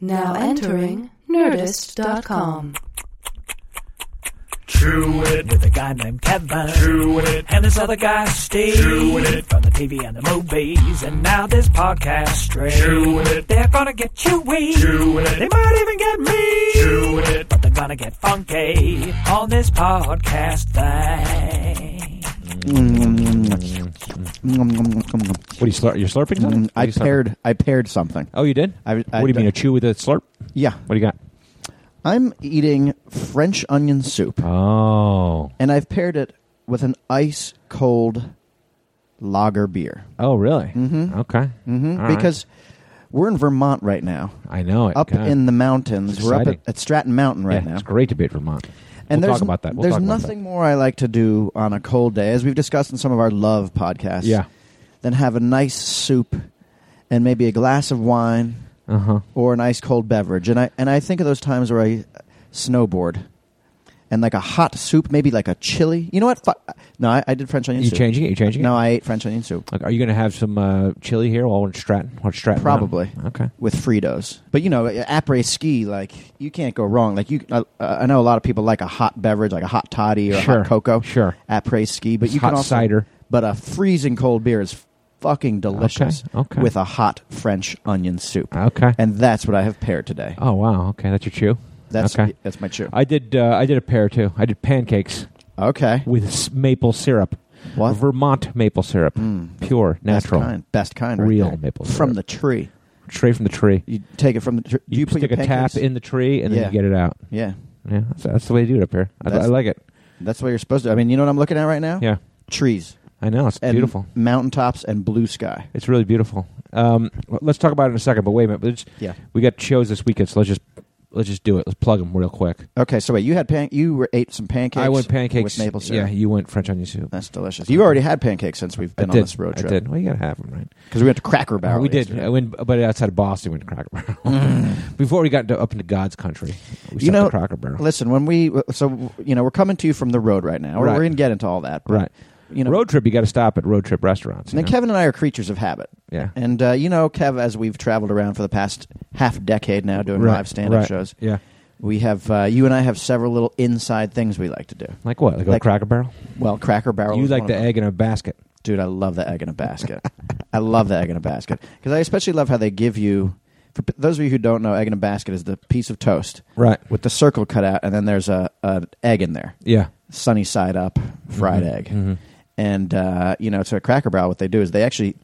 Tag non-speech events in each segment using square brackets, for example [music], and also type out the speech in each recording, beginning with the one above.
Now entering Nerdist.com. Truett with a guy named Kevin. Truett and this other guy Steve. Truett from the TV and the movies and now this podcast straight. Truett they're gonna get you weak. Truett they might even get me. Truett but they're gonna get funky on this podcast thing. What are you slurp? You're slurping something? What are Mm, I you slurping? paired. I paired something. Oh, you did? I- I- what do you mean? A chew with a slurp? Yeah, What do you got? I'm eating French onion soup, Uh. Oh. and I've paired it with an ice cold lager beer Oh, really? Mm-hmm. Okay. Mm-hmm. because we're in Vermont right now, I know it. up God. in the mountains. It's we're up at, exciting. at Stratton Mountain yeah, right now, It's great to be at Vermont. and we'll there's talk about that. We'll there's talk about nothing more I like to do on a cold day, as we've discussed in some of our love podcasts. Yeah. than have a nice soup and maybe a glass of wine that. Uh huh. or an ice cold beverage. And I and I think of those times where I snowboard and like a hot soup, maybe like a chili. You know what? Fu- No, I, I did French onion You soup. changing it? You changing No, it? I ate French onion soup Like, are you going to have some uh, chili here while we're in Stratton? Watch Stratton. Mountain? Probably. Okay. with Fritos. But you know, après ski, like you can't go wrong. Like you, I, I know a lot of people like a hot beverage, like a hot toddy or a Sure, hot cocoa. sure. après ski, but you Hot can also cider. But a freezing cold beer is fucking delicious okay. with a hot French onion soup. Okay. And that's what I have paired today. oh wow. Okay, that's your chew. That's okay. that's my chew. I did. Uh, I did a pair too. I did pancakes Okay. with s- maple syrup. What? Mm. Hmm. Vermont maple syrup, pure, natural, Best kind. Best kind. Right Real there. maple From syrup. the tree. straight from the tree. You take it from the tree. you, stick a tap in the tree and then Yeah. you get it out. Yeah. Yeah, that's, that's the way to do it up here. I, That's- I like it. That's what you're supposed to. I mean, you know what I'm looking at right now? Yeah, Trees. I know it's And beautiful. Mountaintops and blue sky. It's really beautiful. Um, l- let's talk about it in a second. But wait a minute. Let's, Yeah. we got shows this weekend, so let's just let's just do it. Let's plug them real quick. Okay, so wait, you had pan- you were, ate some pancakes. I went pancakes with maple syrup. Yeah, you went French onion soup. That's delicious. You've already had pancakes since we've I been did. on this road I trip. did. Well, you gotta have them, right? Because we went to Cracker Barrel. we did. yesterday. I went, but outside of Boston, we went to Cracker [laughs] Barrel. Before we got to, up into God's country, we Mm. you stopped know, at Cracker Barrel. listen, when we so you know we're coming to you from the road right now. We're, Right. we're gonna get into all that, but, right. You know, road trip, you got to stop at road trip restaurants. you And know? Kevin and I are creatures of habit. Yeah. And uh, you know, Kev, as we've traveled around for the past half decade now doing Right, live stand-up right. shows, Yeah. we have uh, you and I have several little inside things we like to do. Like what? Like, a Like- Cracker Barrel? Well, Cracker Barrel. You is like one of the them. egg in a basket? dude? I love the egg in a basket. I love the egg in a basket because I especially love how they give you. For p- those of you who don't know, egg in a basket is the piece of toast Right. with the circle cut out, and then there's a an egg in there, Yeah. sunny side up, fried Mm-hmm. egg. And uh, you know, so at Cracker Barrel, what they do is they actually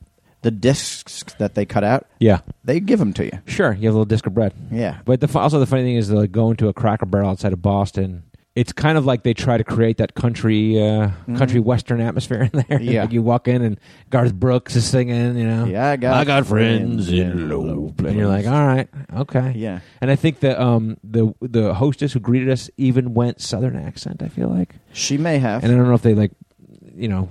the discs that they cut out, Yeah. they give them to you. Sure. You have a little disc of bread. Yeah. But the, fu- also the funny thing is like going to a Cracker Barrel outside of Boston. It's kind of like they try to create that country, uh, country western atmosphere [laughs] in there. Mm-hmm. Yeah. like you walk in and Garth Brooks is singing. You know. Yeah, I got friends in low And you're like, all right, okay, Yeah. And I think the um the the hostess who greeted us even went southern accent. I feel like, She may have. and I don't know if they like, you know,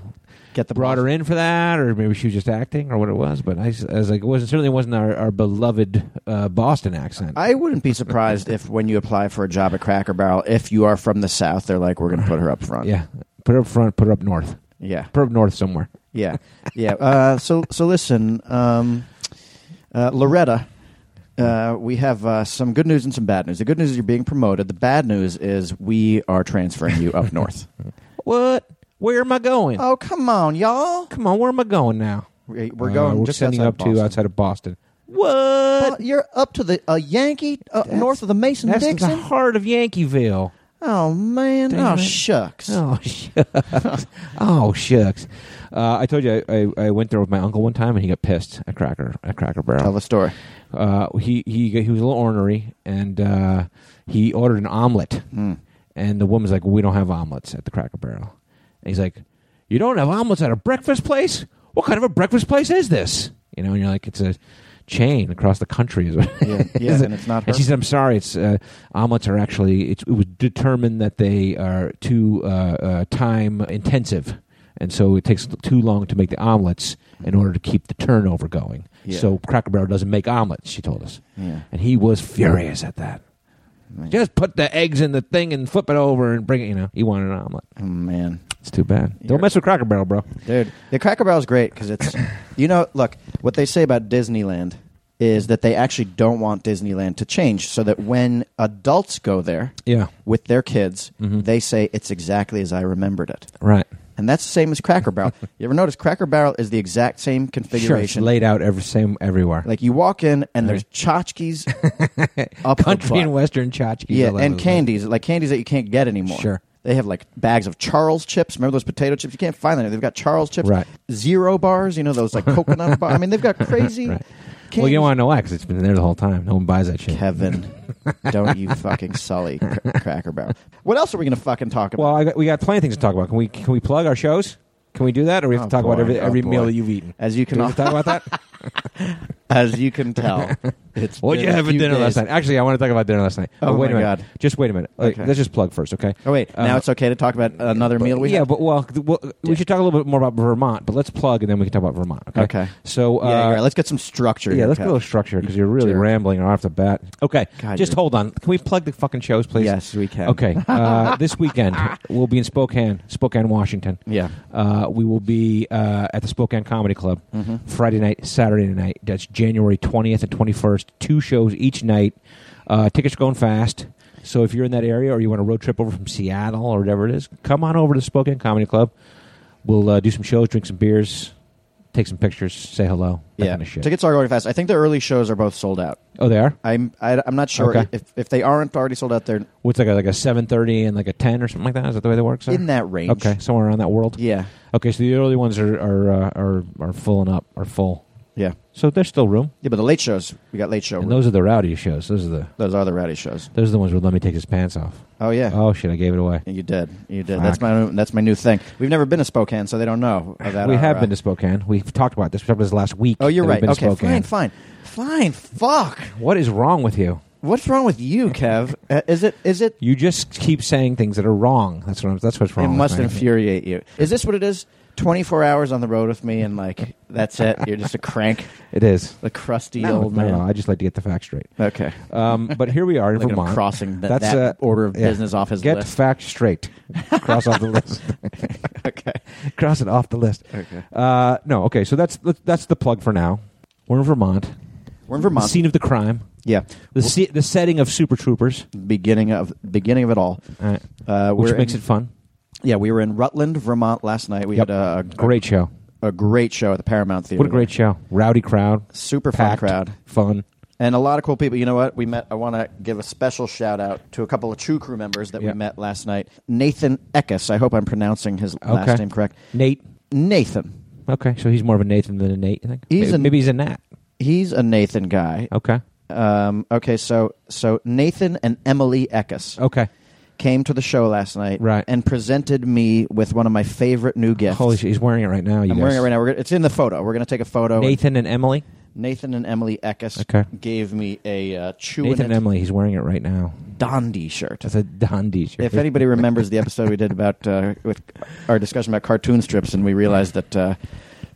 get the brought her in for that, or maybe she was just acting, or what it was. But I, s- I was like, it wasn't certainly wasn't our, our beloved uh, Boston accent. I wouldn't be surprised if when you apply for a job at Cracker Barrel, if you are from the South, they're like, we're going to put her up front. yeah, put her up front, put her up north, Yeah. put her up north somewhere. Yeah. Yeah. Uh, so, so listen, um, uh, Loretta, uh, we have uh, some good news and some bad news. The good news is you're being promoted. The bad news is we are transferring you up [laughs] north. What? Where am I going? Oh, come on, y'all. Come on, where am I going now? We- We're Uh, going we're just sending outside you up of Boston. to uh, outside of Boston. What? But you're up to the uh, Yankee, uh, north of the Mason That's the Dixon. heart [laughs] of Yankeeville. Oh, man. Damn oh, it. shucks. Oh shucks! oh shucks! Uh, I told you I, I, I went there with my uncle one time, and he got pissed at Cracker at Cracker Tell Barrel. the story. Uh, he he he was a little ornery, and uh, he ordered an omelet, Hmm. and the woman's like, "We don't have omelets at the Cracker Barrel." And he's like, "You don't have omelets at a breakfast place? What kind of a breakfast place is this?" You know, and you're like, "It's a." Chain across the country [laughs] [laughs] is what Yeah, yeah, is it- and it's not her. and she said, "I'm sorry. It's uh, omelets are actually. It's, it was determined that they are too uh, uh, time intensive, and so it takes too long to make the omelets in order to keep the turnover going. Yeah. So Cracker Barrel doesn't make omelets." She told us, Yeah. and he was furious at that. Just put the eggs in the thing and flip it over and bring it. You know, he wanted an omelet. Oh, man. It's too bad. Don't mess with Cracker Barrel, bro. [laughs] Dude, the Cracker Barrel's great because it's, you know, look, what they say about Disneyland is that they actually don't want Disneyland to change so that when adults go there Yeah. Mm-hmm. with their kids, they say it's exactly as I remembered it. Right. And that's the same as Cracker [laughs] Barrel. you ever notice Cracker Barrel is the exact same Sure, it's configuration? laid out every same everywhere. like you walk in and there's [laughs] tchotchkes up the [laughs] country butt. and western tchotchkes. Yeah, all over and the place. candies, like candies that you can't get anymore. Sure. They have like bags of Charles chips. Remember those potato chips? You can't find them. They've got Charles chips. Right. Zero bars, you know, those like coconut bars. I mean, they've got crazy. [laughs] Right. candies. Well, you don't want to know why because it's been there the whole time. No one buys that shit. Kevin, don't you fucking sully cr- Cracker Barrel. What else are we going to fucking talk about? Well, I got, we got plenty of things to talk about. Can we can we plug our shows? Can we do that, or we have Oh, to talk about boy. every Oh, every boy. meal that [laughs] you've eaten? as you Can can we all, talk about that? [laughs] as you can [laughs] tell, it's What been did you a have at few dinner days. last night? Actually, I want to talk about dinner last night. Oh, wait my a minute. God. Just wait a minute. Like, Okay. Let's just plug first, okay? Oh wait, now Uh, it's okay to talk about another meal we yeah, had? but well, th- well, we should talk a little bit more about Vermont. But let's plug, and then we can talk about Vermont. Okay. Okay. So uh, yeah, you're right. let's get some structure. yeah, here, let's get a Kev. little structure because you're really jerk. rambling right off the bat. Okay, God, just you're- hold on. Can we plug the fucking shows, please? Yes, we can. Okay, uh, [laughs] this weekend we'll be in Spokane, Spokane, Washington. Yeah. Uh, we will be uh, at the Spokane Comedy Club Mm-hmm. Friday night, Saturday night. That's January 20th and 21st. Two shows each night. Uh, tickets are going fast. So if you're in that area or you want a road trip over from Seattle or whatever it is, come on over to the Spokane Comedy Club. We'll uh, do some shows, drink some beers, take some pictures, say hello. That Yeah, kind of shit. tickets are going fast. I think the early shows are both sold out. oh, they are? I'm I, I'm not sure Okay. if, if they aren't already sold out. They're What's like a, like a seven thirty and like a ten or something like that? Is that the way that works? in that range. okay, somewhere around that world. Yeah. Okay, so the early ones are are uh, are are full and up, are full. Yeah. So there's still room, Yeah, but the late shows, we got late show. and those, those are the rowdy shows. Those are the are the rowdy shows. those are the ones where let me take his pants off. Oh yeah. Oh shit, I gave it away. You did. You did. Fuck. That's my new- that's my new thing. We've never been to Spokane, so they don't know about. we our, have uh, been to Spokane. We've talked about this. We talked about this last week. Oh, you're that we've right. been to Okay, Spokane. fine, fine, fine. Fuck. What is wrong with you? What's wrong with you, Kev? Uh, is it is it? You just keep saying things that are wrong. That's what I'm, that's what's It wrong. must with me. infuriate you. Is this what it is? Twenty four hours on the road with me, and like that's it. You're just a crank, It is. a crusty No, old no, man. no, I just like to get the facts straight. Okay. Um, but here [laughs] we are in Look at him Vermont. uh, crossing that- that order of business off his Get list. [laughs] fact straight. Cross off the list. [laughs] Okay. Cross it off the list. Okay. Uh, no, okay. So that's that's the plug for now. We're in Vermont. We're in The Vermont. scene of the crime. yeah. The se- the setting of Super Troopers, beginning of beginning of it all. All right. Uh, which we're makes in- it fun. Yeah, we were in Rutland, Vermont last night. We Yep. had a, a Great show. a great show at the Paramount Theater. What a great show. Rowdy crowd. super packed, fun crowd, Fun. and a lot of cool people. You know what? We met. I want to give a special shout out to a couple of True Crew members that we Yeah. met last night. Nathan Eckes. I hope I'm pronouncing his Okay. last name correct. Nate. Nathan. Okay, so he's more of a Nathan than a Nate, I think. He's maybe, a- maybe he's a Nat. He's a Nathan guy. Okay. Um, okay, so so Nathan and Emily Eckes Okay. came to the show last night Right. and presented me with one of my favorite new gifts. Holy shit, he's wearing it right now. You I'm guys. wearing it right now. We're gonna, it's in the photo. We're going to take a photo. and- Nathan and Emily. Nathan and Emily Eckes Okay. gave me a uh, chewing Nathan it and Emily, he's wearing it right now. Dondi shirt. That's a Don D shirt. If anybody remembers the episode we did about uh, with our discussion about cartoon strips, and we realized that uh,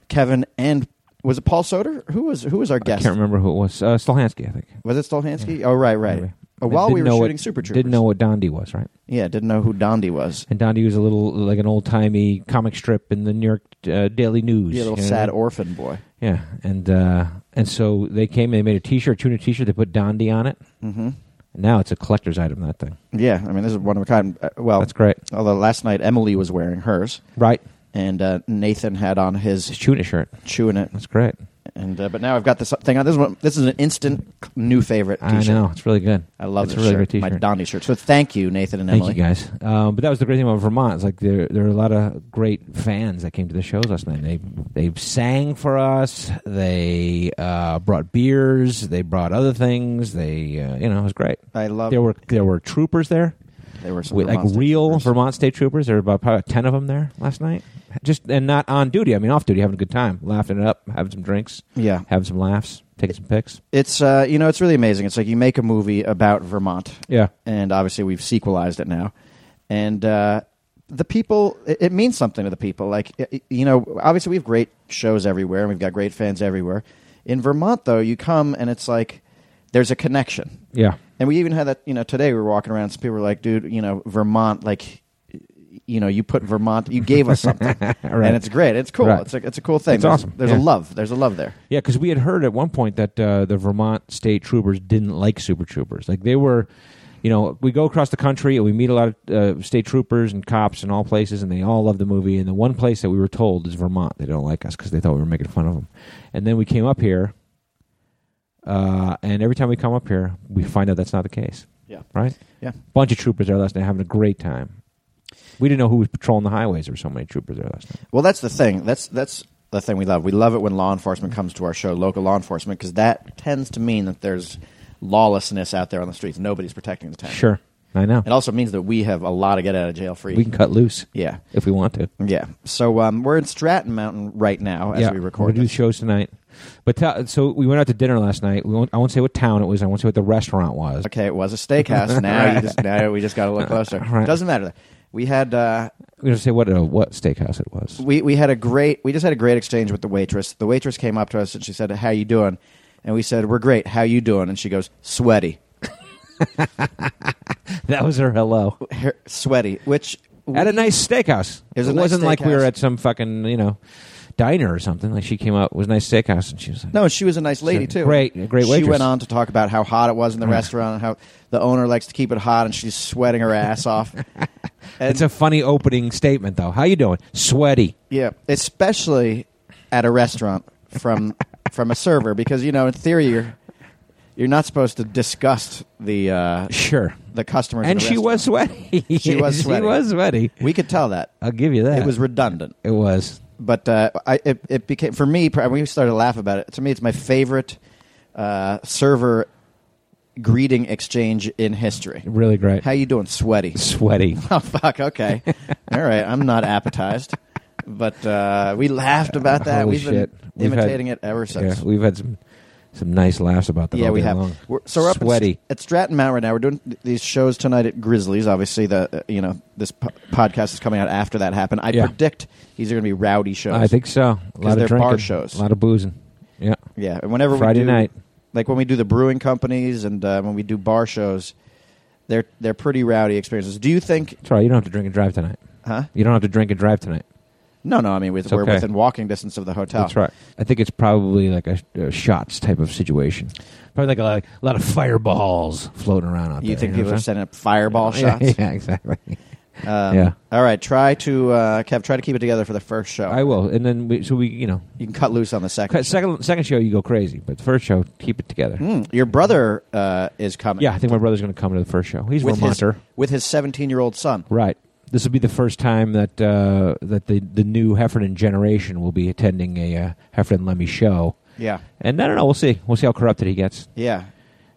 Kevin and was it Paul Soder? Who was who was our I guest? can't remember who it was. Uh, Stolhansky, I think. Was it Stolhansky? Oh right, right. Maybe. Oh, while Didn't we were know shooting what- Super Troopers, Didn't know what Don D was, right? Yeah, didn't know who Dondi was. And Don D was a little like an old timey comic strip in the New York uh, Daily News. Yeah, little you know? sad orphan boy. Yeah, and uh, and so they came. They made a T-shirt, tuna T-shirt. They put Don D on it. hmm And now it's a collector's item. That thing. Yeah, I mean this is one of a kind. Uh, well, That's great. although last night Emily was wearing hers, Right. and uh, Nathan had on It's his tuna shirt. chewing it That's great. And uh, but now I've got this thing on. This one, this is an instant new favorite. I T-shirt. know. It's really good. I love it's this a really shirt. great My T-shirt. Donnie shirt. So thank you, Nathan and Emily. Thank you guys. Um, but that was the great thing about Vermont. It's like there there are a lot of great fans that came to the shows last night. They they sang for us. They uh, brought beers. They brought other things. They uh, you know it was great. I love. There were there were troopers there, they were some with, like Vermont State real troopers. Vermont state troopers. There were about probably ten of them there last night. Just and not on duty. I mean off duty, having a good time, laughing it up, having some drinks, Yeah, having some laughs, taking some pics. it's uh, you know it's really amazing. It's like you make a movie about Vermont, Yeah, and obviously we've sequelized it now, and uh, the people. It, it means something to the people. Like i- i- you know, obviously we have great shows everywhere, and we've got great fans everywhere. In Vermont, though, you come and it's like there's a connection. yeah. And we even had that, you know, today we were walking around, some people were like, dude, you know, Vermont, like, y- you know you put Vermont, you gave us [laughs] something, and it's great. It's cool. Right. It's a, it's a cool thing. It's there's awesome. there's Yeah. a love. There's a love there. Yeah, because we had heard at one point that uh, the Vermont state troopers didn't like super troopers. Like they were, you know, we go across the country and we meet a lot of uh, state troopers and cops in all places, and they all love the movie. And the one place that we were told is Vermont. They don't like us because they thought we were making fun of them. And then we came up here, uh, and every time we come up here, we find out that's not the case. Yeah. Right? Yeah. Bunch of troopers there last night having a great time. We didn't know who was patrolling the highways. There were so many troopers there last night. Well, that's the thing. That's that's the thing we love. We love it when law enforcement comes to our show, local law enforcement, because that tends to mean that there's lawlessness out there on the streets. Nobody's protecting the town. Sure. I know. It also means that we have a lot of get out of jail free. We can cut loose yeah. if we want to. Yeah. So um, we're in Stratton Mountain right now as we We record. do this. shows tonight, but tell so we went out to dinner last night. We won't, I won't say what town it was. I won't say what the restaurant was. okay, it was a [laughs] steakhouse. Now you just now we just got to look closer. Right. Doesn't matter. We had uh, We don't say what uh, what steakhouse it was. we we had a great we just had a great exchange with the waitress. The waitress came up to us and she said, "How you doing?" And we said, "We're great. How you doing?" And she goes, "Sweaty." [laughs] That was her hello Her- sweaty, which at a nice steakhouse. It was a it nice wasn't like we steakhouse. were at some fucking you know diner or something. Like she came out it was a nice steakhouse and she was like, No, she was a nice lady She's a too. great- a great She waitress. went on to talk about how hot it was in the restaurant and how the owner likes to keep it hot, and she's sweating her ass off. [laughs] And, It's a funny opening statement though. How you doing? Sweaty. yeah, especially at a restaurant [laughs] from from a server because you know in theory you're you're not supposed to disgust the uh, Sure. the customers. And in a she was restaurant. sweaty. [laughs] She was [laughs] she sweaty. was sweaty. We could tell that I'll give you that. it was redundant, It was. but uh, I it, it became for me. pr- We started to laugh about it. To me, it's my favorite uh, server greeting exchange in history. Really great. How you doing? Sweaty. sweaty. [laughs] Oh fuck. Okay. All right. I'm not appetized, but uh, we laughed about that. Holy We've shit. been We've had- imitating it ever since. Yeah, we've had some some nice laughs about that. Yeah, all we day have. Long. We're, so we're up sweaty. At, at Stratton Mount right now. We're doing th- these shows tonight at Grizzlies. Obviously, the uh, you know this po- podcast is coming out after that happened. I Yeah. predict these are going to be rowdy shows. I think so. A lot they're of bar drinking, shows. a lot of boozing. Yeah, Yeah, and whenever Friday we do, night. like when we do the brewing companies and uh, when we do bar shows, they're they're pretty rowdy experiences. Do you think? it's all right. You don't have to drink and drive tonight. Huh? You don't have to drink and drive tonight. No, no. I mean, with, It's we're okay. within walking distance of the hotel. That's right. I think it's probably like a, a shots type of situation. Probably like a, like a lot of fireballs floating around out You there. think know people are what setting up fireball I'm saying? shots? [laughs] Yeah, yeah, exactly. Um, Yeah. All right. Try to uh, Kev. Try to keep it together for the first show. I will, and then we, so we, you know, you can cut loose on the second. cut- second second show you go crazy, but the first show keep it together. show. Mm, your brother uh, is coming. Yeah, I think my brother's going to come to the first show. He's with his Vermonter. with his seventeen year old son. Right. This will be the first time that uh, that the the new Heffernan generation will be attending a uh, Heffernan Lemmy show. Yeah. And I don't know. We'll see. We'll see how corrupted he gets. Yeah.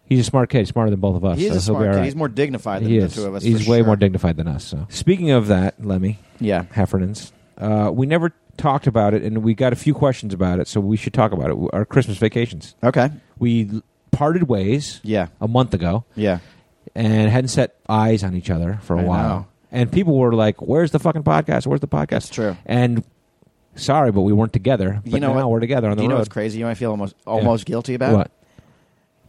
He's a smart kid. smarter than both of us. He is a Uh, so he'll smart be all kid. right. He's more dignified than He the is. two of us. He's for way sure. more dignified than us. So speaking of that, Lemmy Yeah. Heffernan's, uh, we never talked about it, and we got a few questions about it. So we should talk about it. Our Christmas vacations. Okay. We l- parted ways Yeah. a month ago. Yeah. and hadn't set eyes on each other for a I while. know. And people were like, "Where's the fucking podcast? Where's the podcast?" That's true. And sorry, but we weren't together. But You know now what? we're together on the you know road. what's crazy? You know, I feel almost almost guilty about What?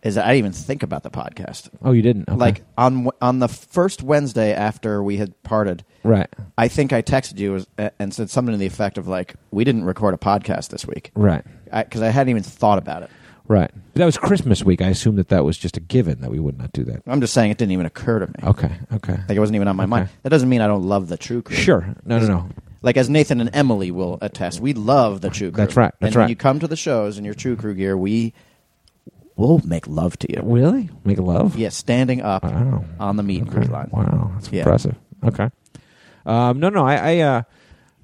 is that I didn't even think about the podcast. Oh, you didn't. Okay. Like on on the first Wednesday after we had parted, right, I think I texted you as- and said something to the effect of like, "We didn't record a podcast this week," right, because I, hadn't even thought about it. right. But that was Christmas week. I assumed that that was just a given that we would not do that. I'm just saying it didn't even occur to me. Okay, okay. Oh. Like it wasn't even on my Okay. mind. That doesn't mean I don't love the True Crew. Sure. No, no, no. Like as Nathan and Emily will attest, we love the True Crew. That's right, that's and when right. you come to the shows in your True Crew gear, we will make love to you. Really? Make love? Yeah, standing up Wow. on the meat and Okay. greet line. Wow, that's Yeah. impressive. Okay. Um, no, no, I, I, uh,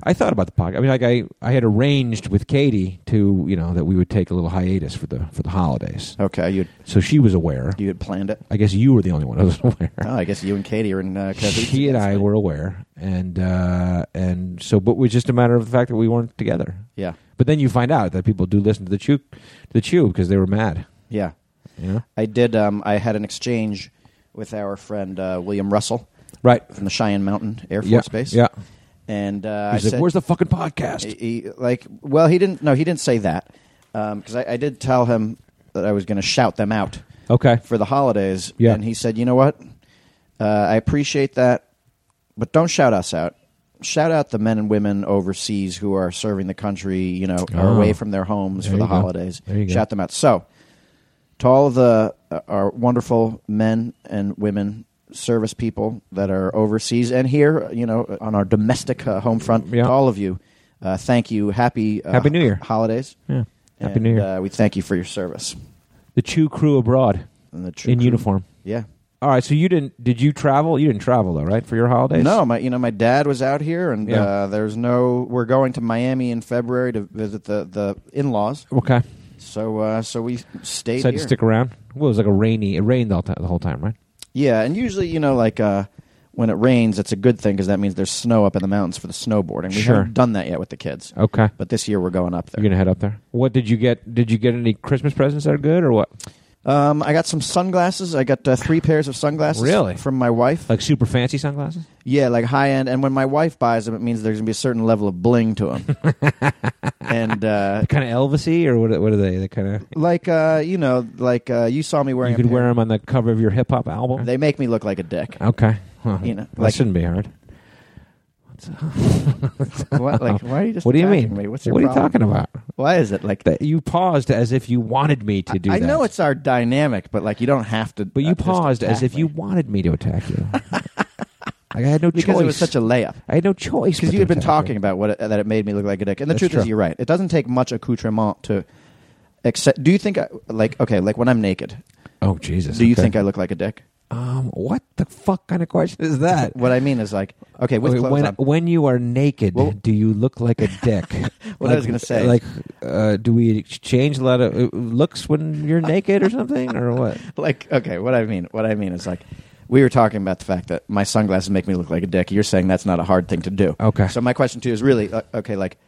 I thought about the podcast. I mean, like I, I had arranged with Katie to, you know, that we would take a little hiatus for the for the holidays. Okay, you So she was aware. Uh, you had planned it. I guess you were the only one who was [laughs] aware. Oh, I guess you and Katie are in. Uh, Katowice she and next I week. were aware, and uh, and so, but it was just a matter of the fact that we weren't together. Yeah, But then you find out that people do listen to the chew, to the chew because they were mad. yeah. You know, I did. Um, I had an exchange with our friend uh, William Russell right? from the Cheyenne Mountain Air Force yeah, Base. yeah. and uh, I He's like, said, "Where's the fucking podcast?" he, he- like, well, he didn't. No, he didn't say that because I, I did tell him that I was going to shout them out okay, for the holidays. Yeah. and he said, you know what? Uh, I appreciate that, but don't shout us out. shout out the men and women overseas who are serving the country, you know, are Oh. away from their homes There for the you go. holidays. There you go. Shout them out. So, to all of the uh, our wonderful men and women service people that are overseas and here, you know, on our domestic uh, home front, Yeah. to all of you, uh, thank you. Happy uh, Happy New Year. holidays. Yeah. Happy And, New Year. Uh, we thank you for your service. the Chew crew abroad And the true in crew- uniform. Yeah. All right, so you didn't? Did you travel? You didn't travel though, right? For your holidays? No, my you know my dad was out here, and Yeah. uh, there's no. We're going to Miami in February to visit the the in laws. Okay. So uh, so we stayed Decided here. to stick around. Well, it was like a rainy. It rained all ti- the whole time, right? yeah, and usually you know like uh, when it rains, it's a good thing because that means there's snow up in the mountains for the snowboarding. We Sure. haven't done that yet with the kids, Okay. but this year we're going up You're there. gonna head up there. What did you get? Did you get any Christmas presents that are good or what? Um, I got some sunglasses. I got uh, three pairs of sunglasses. Really? Uh, From my wife. Like super fancy sunglasses? Yeah, like high end. And when my wife buys them, it means there's gonna be a certain level of bling to [laughs] them. and uh, Kind of Elvisy or what? What are they? They kind of. like uh, you know, like uh, you saw me wearing. You a could pair- wear them on the cover of your hip hop album. They make me look like a dick. okay. Uh-huh. Well, You know, that like- shouldn't be hard. what, [laughs] like, why are you just? What do you attacking mean? Me? What's your what are you problem? talking about? Why is it like That you paused as if you wanted me to do I that. know it's our dynamic, but like you don't have to. But you uh, just paused as attack if you me. wanted me to attack [laughs] you. like I had no because choice. it was such a layup. I had no choice. Because but you to had been attack talking about what it, that it made me look like a dick, and the That's truth is, true. you're right. It doesn't take much accoutrement to. Except, do you think I, like okay, like when I'm naked? Oh Jesus! Do you okay. think I look like a dick? Um, what the fuck kind of question is that? What I mean is like okay, with Okay, clothes when on. when you are naked, Well- do you look like a dick? [laughs] What I was gonna say is- like, uh, do we exchange a lot of uh, looks when you're [laughs] naked or something, or what? like okay, what I mean, what I mean is like we were talking about the fact that my sunglasses make me look like a dick. You're saying that's not a hard thing to do. Oh, Okay. So my question too is really uh, okay, like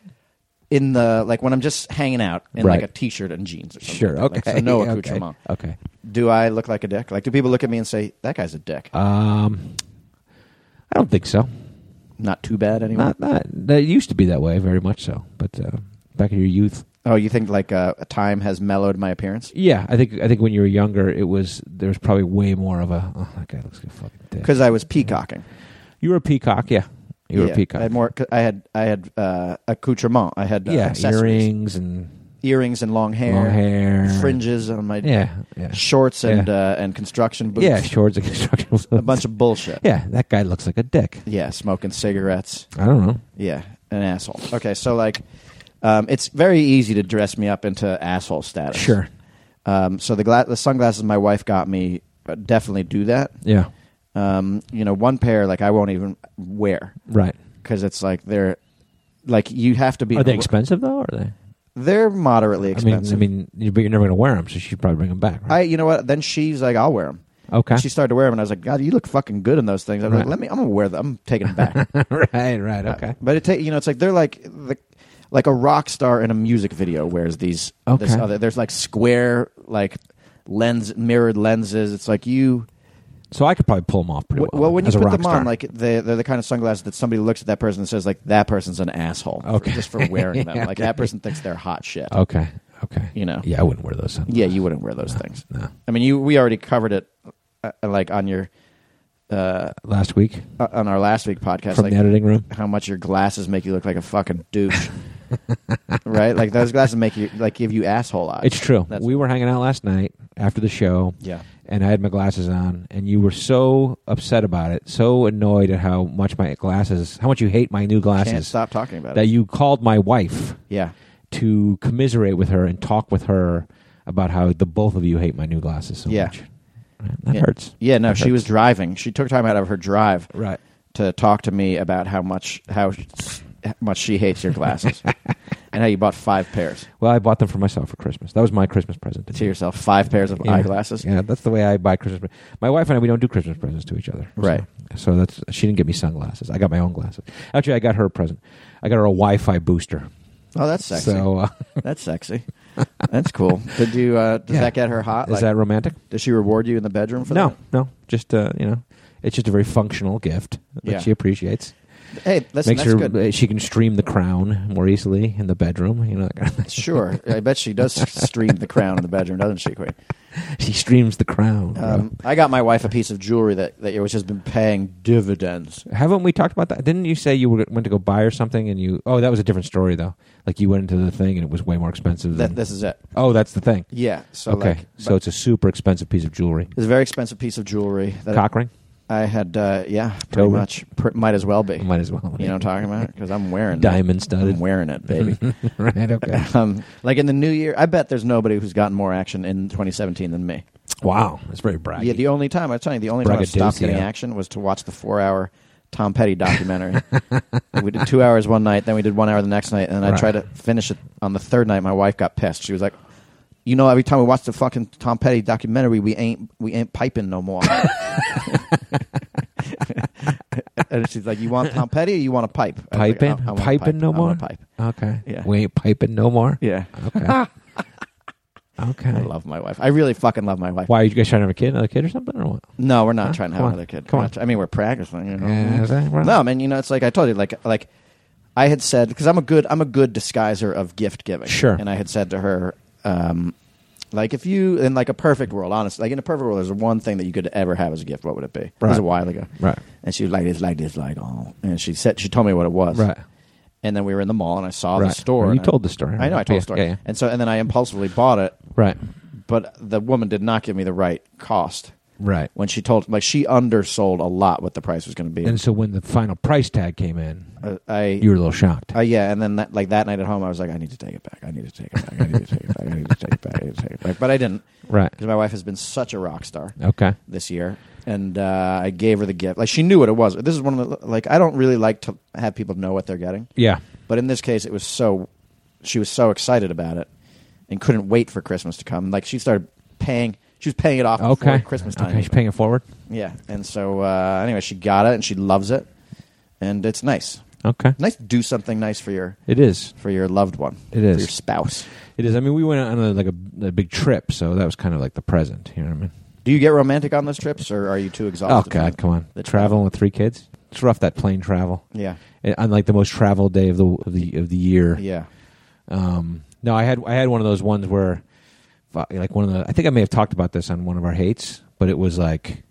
in the like when I'm just hanging out in Right. like a t-shirt and jeans or something. Sure. like Okay. that, Like, so no [laughs] okay, accoutrement. Okay. Do I look like a dick? Like do people look at me and say that guy's a dick? Um, I don't think so. not too bad anyway. Not not that used to be that way very much so, but uh, back in your youth, oh, you think like uh, time has mellowed my appearance? yeah, I think I think when you were younger, it was there was probably way more of a oh that guy looks like a fucking dick. Because I was peacocking. you were a peacock, yeah, you were Yeah, a peacock. I had more. 'cause I had. I had uh, accoutrement. I had uh, yeah, accessories. earrings and earrings and long hair, long hair, fringes on my Yeah, yeah, shorts and Yeah. uh, and construction boots. yeah, shorts and [laughs] construction. boots. a bunch of bullshit. Yeah, that guy looks like a dick. Yeah, smoking cigarettes. I don't know. Yeah, an asshole. Okay, so like, um, it's very easy to dress me up into asshole status. Sure. Um, so the gla- the sunglasses my wife got me uh, definitely do that. Yeah. Um, you know, one pair like I won't even wear Right. because it's like they're like you have to be. Are they expensive though? Or are they? They're moderately expensive. I mean, I mean, but you're never going to wear them, so she'd probably bring them back. I Right? you know what? Then she's like, I'll wear them. okay. She started to wear them, and I was like, God, you look fucking good in those things. I'm like, Right. let me, I'm gonna wear them. I'm taking them [laughs] back. [laughs] right. Right. Okay. But it, ta- you know, it's like they're like the, like a rock star in a music video wears these. This Okay. other, there's like square like lens mirrored lenses. It's like you. So I could probably pull them off pretty Well, well. when you as a put rock them on, star. like they, they're the kind of sunglasses that somebody looks at that person and says, like, that person's an asshole. for- Okay. just for wearing [laughs] them. Like Okay. that person thinks they're hot shit. Okay. Okay. You know. Yeah, I wouldn't wear those. Sunglasses. Yeah, you wouldn't wear those things. No. I mean, you we already covered it, uh, like on your uh, Last week uh, on our last week podcast from like, the editing room. how much your glasses make you look like a fucking douche. [laughs] right? Like those glasses make you like give you asshole eyes. It's true. That's- we were hanging out last night after the show, yeah. and I had my glasses on, and you were so upset about it, so annoyed at how much my glasses, how much you hate my new Can't glasses, stop talking about that it. you called my wife yeah. to commiserate with her and talk with her about how the both of you hate my new glasses so Yeah. much. Right? That Yeah. hurts. Yeah, no, That she hurts. was driving. She took time out of her drive Right. to talk to me about how much how much she hates your [laughs] glasses. and how you bought five pairs Well, I bought them for myself for Christmas. That was my Christmas present. to yourself, five pairs of Yeah. eyeglasses. Yeah, that's the way I buy Christmas. pre- My wife and I we don't do Christmas presents to each other. So- Right. So, that's she didn't get me sunglasses. I got my own glasses. Actually, I got her a present. I got her a Wi-Fi booster. Oh, that's sexy. So uh, That's sexy. That's cool. Did you uh did Yeah. that get her hot? is Like, that romantic? did she reward you in the bedroom for No, that? no. Just uh, you know, it's just a very functional gift that Yeah. she appreciates. Hey, listen, Makes that's her good. uh, she can stream The Crown more easily in the bedroom. You know, that kind of thing. [laughs] Sure, I bet she does stream the crown in the bedroom, doesn't she, Queen? she streams The Crown. bro. Um, I got my wife a piece of jewelry that that which has been paying dividends. Haven't we talked about that? Didn't you say you were, went to go buy or something and you? Oh, that was a different story though. Like you went into the thing and it was way more expensive. That than- this is it. oh, that's the thing. Yeah. So okay, like, so it's a super expensive piece of jewelry. it's a very expensive piece of jewelry that Cock ring, I had. Uh, yeah, pretty Toby? much. Pr- might as well be. You might as well. know what I'm [laughs] talking about? Because I'm wearing Diamond It. I'm studded. wearing it, [laughs] baby. [laughs] right. Okay. um, like in the new year, I bet there's nobody who's gotten more action in 2017 than me. Wow, that's very braggy. Yeah, the only time I'm telling you, the only time I stopped Braggadocio. getting action was to watch the four-hour Tom Petty documentary. [laughs] we did two hours one night, then we did one hour the next night, and I Right. tried to finish it on the third night. My wife got pissed. She was like, "You know, every time we watch the fucking Tom Petty documentary, we ain't we ain't piping no more." [laughs] and she's like, "You want Tom Petty? or You want a pipe? I was like, piping, "I- I want a piping pipe. no I want a more. pipe. Okay. Yeah. We ain't piping [laughs] no more. Yeah, Okay. okay. I love my wife. I really fucking love my wife. Why are you guys trying to have a kid, another kid or something, or what? No, we're not Huh? trying to Come have on. another kid. Come We're on. not tr- I mean, we're practicing. You know. Yeah, is that right? No, man. You know, it's like I told you. Like, like I had said because I'm a good, I'm a good disguiser of gift giving. Sure. And I had said to her, um, like, if you in like a perfect world, honestly, like in a perfect world, there's one thing that you could ever have as a gift. What would it be? It was Right. a while ago. Right. And she was like this, like this, like oh. And she said she told me what it was. Right. And then we were in the mall, and I saw the Right. store. You and I- told the story. I know. I told Yeah, the story. yeah, yeah. And so, and then I impulsively bought it, Right. but the woman did not give me the right cost Right. when she told like she undersold a lot what the price was going to be. And so when the final price tag came in, Uh, I you were a little shocked. uh, yeah, and then that, like that night at home, I was like, I need to take it back. I need to take it back. I need to take it back. I need to take it back. I need to take it back. But I didn't right. because my wife has been such a rock star Okay. this year, and uh, I gave her the gift. Like she knew what it was. This is one of the like I don't really like to have people know what they're getting, Yeah. but in this case, it was so she was so excited about it and couldn't wait for Christmas to come. Like she started paying. She was paying it off before Okay. Christmas time. Okay. She's even. paying it forward. Yeah, and so uh, anyway, she got it and she loves it, and it's nice. Okay. Nice to do something nice for your It is. for your loved one. It is. for your spouse. It is. I mean, we went on a, like a, a big trip, so that was kind of like the present. You know what I mean? Do you get romantic on those trips, or are you too Oh exhausted? God, come on! The Traveling with three kids, it's rough. That plane travel, Yeah, And on like the most traveled day of the of the of the year. yeah. Um, no, I had I had one of those ones where, fu- like one of the I think I may have talked about this on one of our hates, but it was like,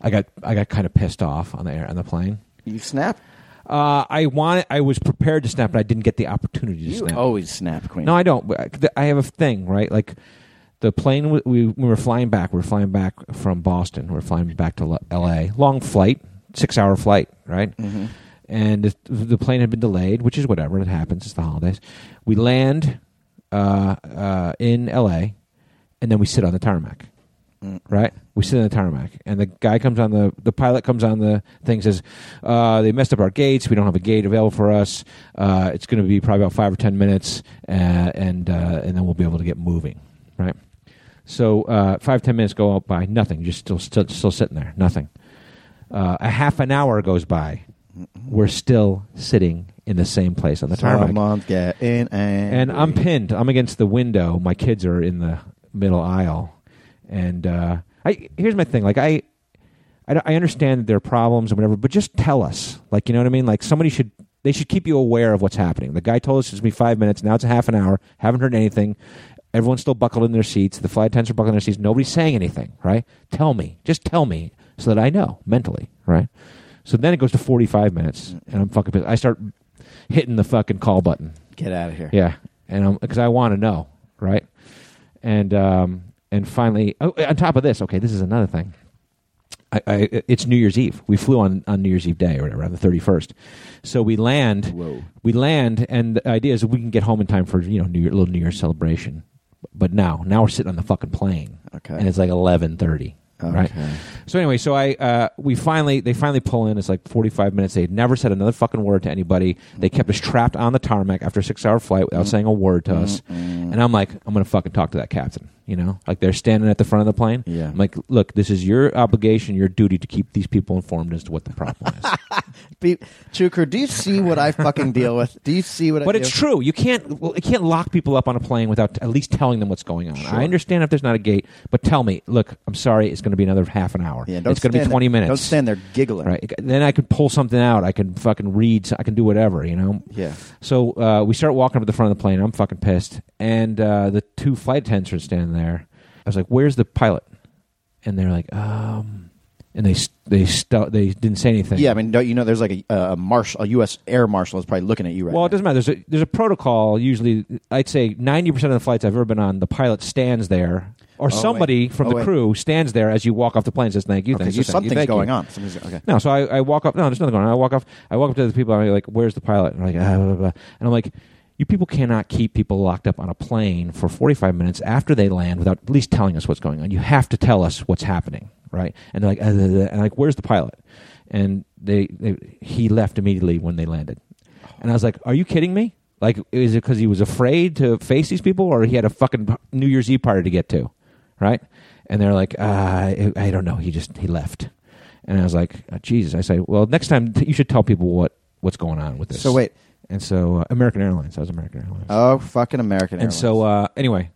I got I got kind of pissed off on the air on the plane. You snap. Uh, I wanted I was prepared to snap, but I didn't get the opportunity to You snap. always snap, Queen. No, I don't. But I- th- I have a thing, right? Like the plane, w- we, we were flying back. We were flying back from Boston. We were flying back to L- L.A. Long flight, six hour flight, right? Mm-hmm. And the, the plane had been delayed, which is whatever. It happens. It's the holidays. We land uh, uh, in L.A. and then we sit on the tarmac. Right, we sit on the tarmac, and the guy comes on the the pilot comes on the thing says, uh, "They messed up our gates. We don't have a gate available for us. Uh, it's going to be probably about five or ten minutes, uh, and uh, and then we'll be able to get moving." Right. So uh, five ten minutes go by, nothing. Just still still, still sitting there, nothing. Uh, a half an hour goes by, we're still sitting in the same place on the tarmac Someone's getting angry. and I'm pinned. I'm against the window. My kids are in the middle aisle, and uh, I here's my thing. Like I, I, don't- I understand that there are problems and whatever, but just tell us. Like you know what I mean. Like somebody should. They should keep you aware of what's happening. The guy told us it's gonna be five minutes. Now it's a half an hour. Haven't heard anything. Everyone's still buckled in their seats. The flight attendants are buckled in their seats. Nobody's saying anything. Right? Tell me. Just tell me so that I know mentally. Right? So then it goes to forty-five minutes, and I'm fucking. pissed. I start hitting the fucking call button. Get out of here. Yeah, and because I want to know, right? And um, and finally, oh, on top of this, okay, this is another thing. I, I, it's New Year's Eve. We flew on, on New Year's Eve day or whatever, on the thirty first. So we land. Whoa. We land, and the idea is we can get home in time for you know New Year, little New Year's celebration. But now, now we're sitting on the fucking plane, Okay. and it's like eleven thirty, right? Okay. So anyway, so I uh, we finally they finally pull in. It's like forty five minutes. They had never said another fucking word to anybody. They kept us trapped on the tarmac after a six hour flight without Mm. saying a word to us. Mm-hmm. And I'm like, I'm gonna fucking talk to that captain. You know, like they're standing at the front of the plane. Yeah. I'm like, look, this is your obligation, your duty to keep these people informed as to what the problem [laughs] is. Be- Chuker, do you see what I fucking deal with? Do you see what? But I it's deal- true. You can't well, you can't lock people up on a plane without t- at least telling them what's going on. I understand if there's not a gate, but tell me. Look, I'm sorry. It's going to be another half an hour. hour. Yeah, don't it's going to be stand 20 there- minutes. Don't stand there giggling. Right. Then I can pull something out. I can fucking read. so- I can do whatever, you know? Yeah. So uh, we start walking up to the front of the plane. I'm fucking pissed. And uh, the two flight attendants are standing there. I was like, "Where's the pilot?" And they're like, "Um," and they s- they stu- they didn't say anything. Yeah, I mean, don't you know, there's like a, a marshal, a U.S. air marshal is probably looking at you right well, it now. doesn't matter. There's a, there's a protocol. Usually, I'd say 90% of the flights I've ever been on, the pilot stands there, or wait. somebody from Oh, the wait. crew stands there as you walk off the plane and says, thank you, okay, thank so you, thank you, something's thank you." going on. Something's, okay. No, so I, I walk up. No, there's nothing going on. I walk up. I walk up to the people. and I'm like, "Where's the pilot?" And I'm like, ah, blah, blah, blah. and I'm like, "You people cannot keep people locked up on a plane for 45 minutes after they land without at least telling us what's going on. You have to tell us what's happening, right?" And they're like, "Ah, blah, blah," and I'm like, "Where's the pilot?" And they, they he left immediately when they landed, and I was like, "Are you kidding me?" Like, is it because he was afraid to face these people, or he had a fucking New Year's Eve party to get to, right? And they're like, uh, I, "I don't know. He just he left." And I was like, oh, Jesus. I say, well, next time t- you should tell people what, what's going on with this. So wait. And so uh, American Airlines. I was American Airlines. Oh, fucking American and so Airlines. uh, anyway,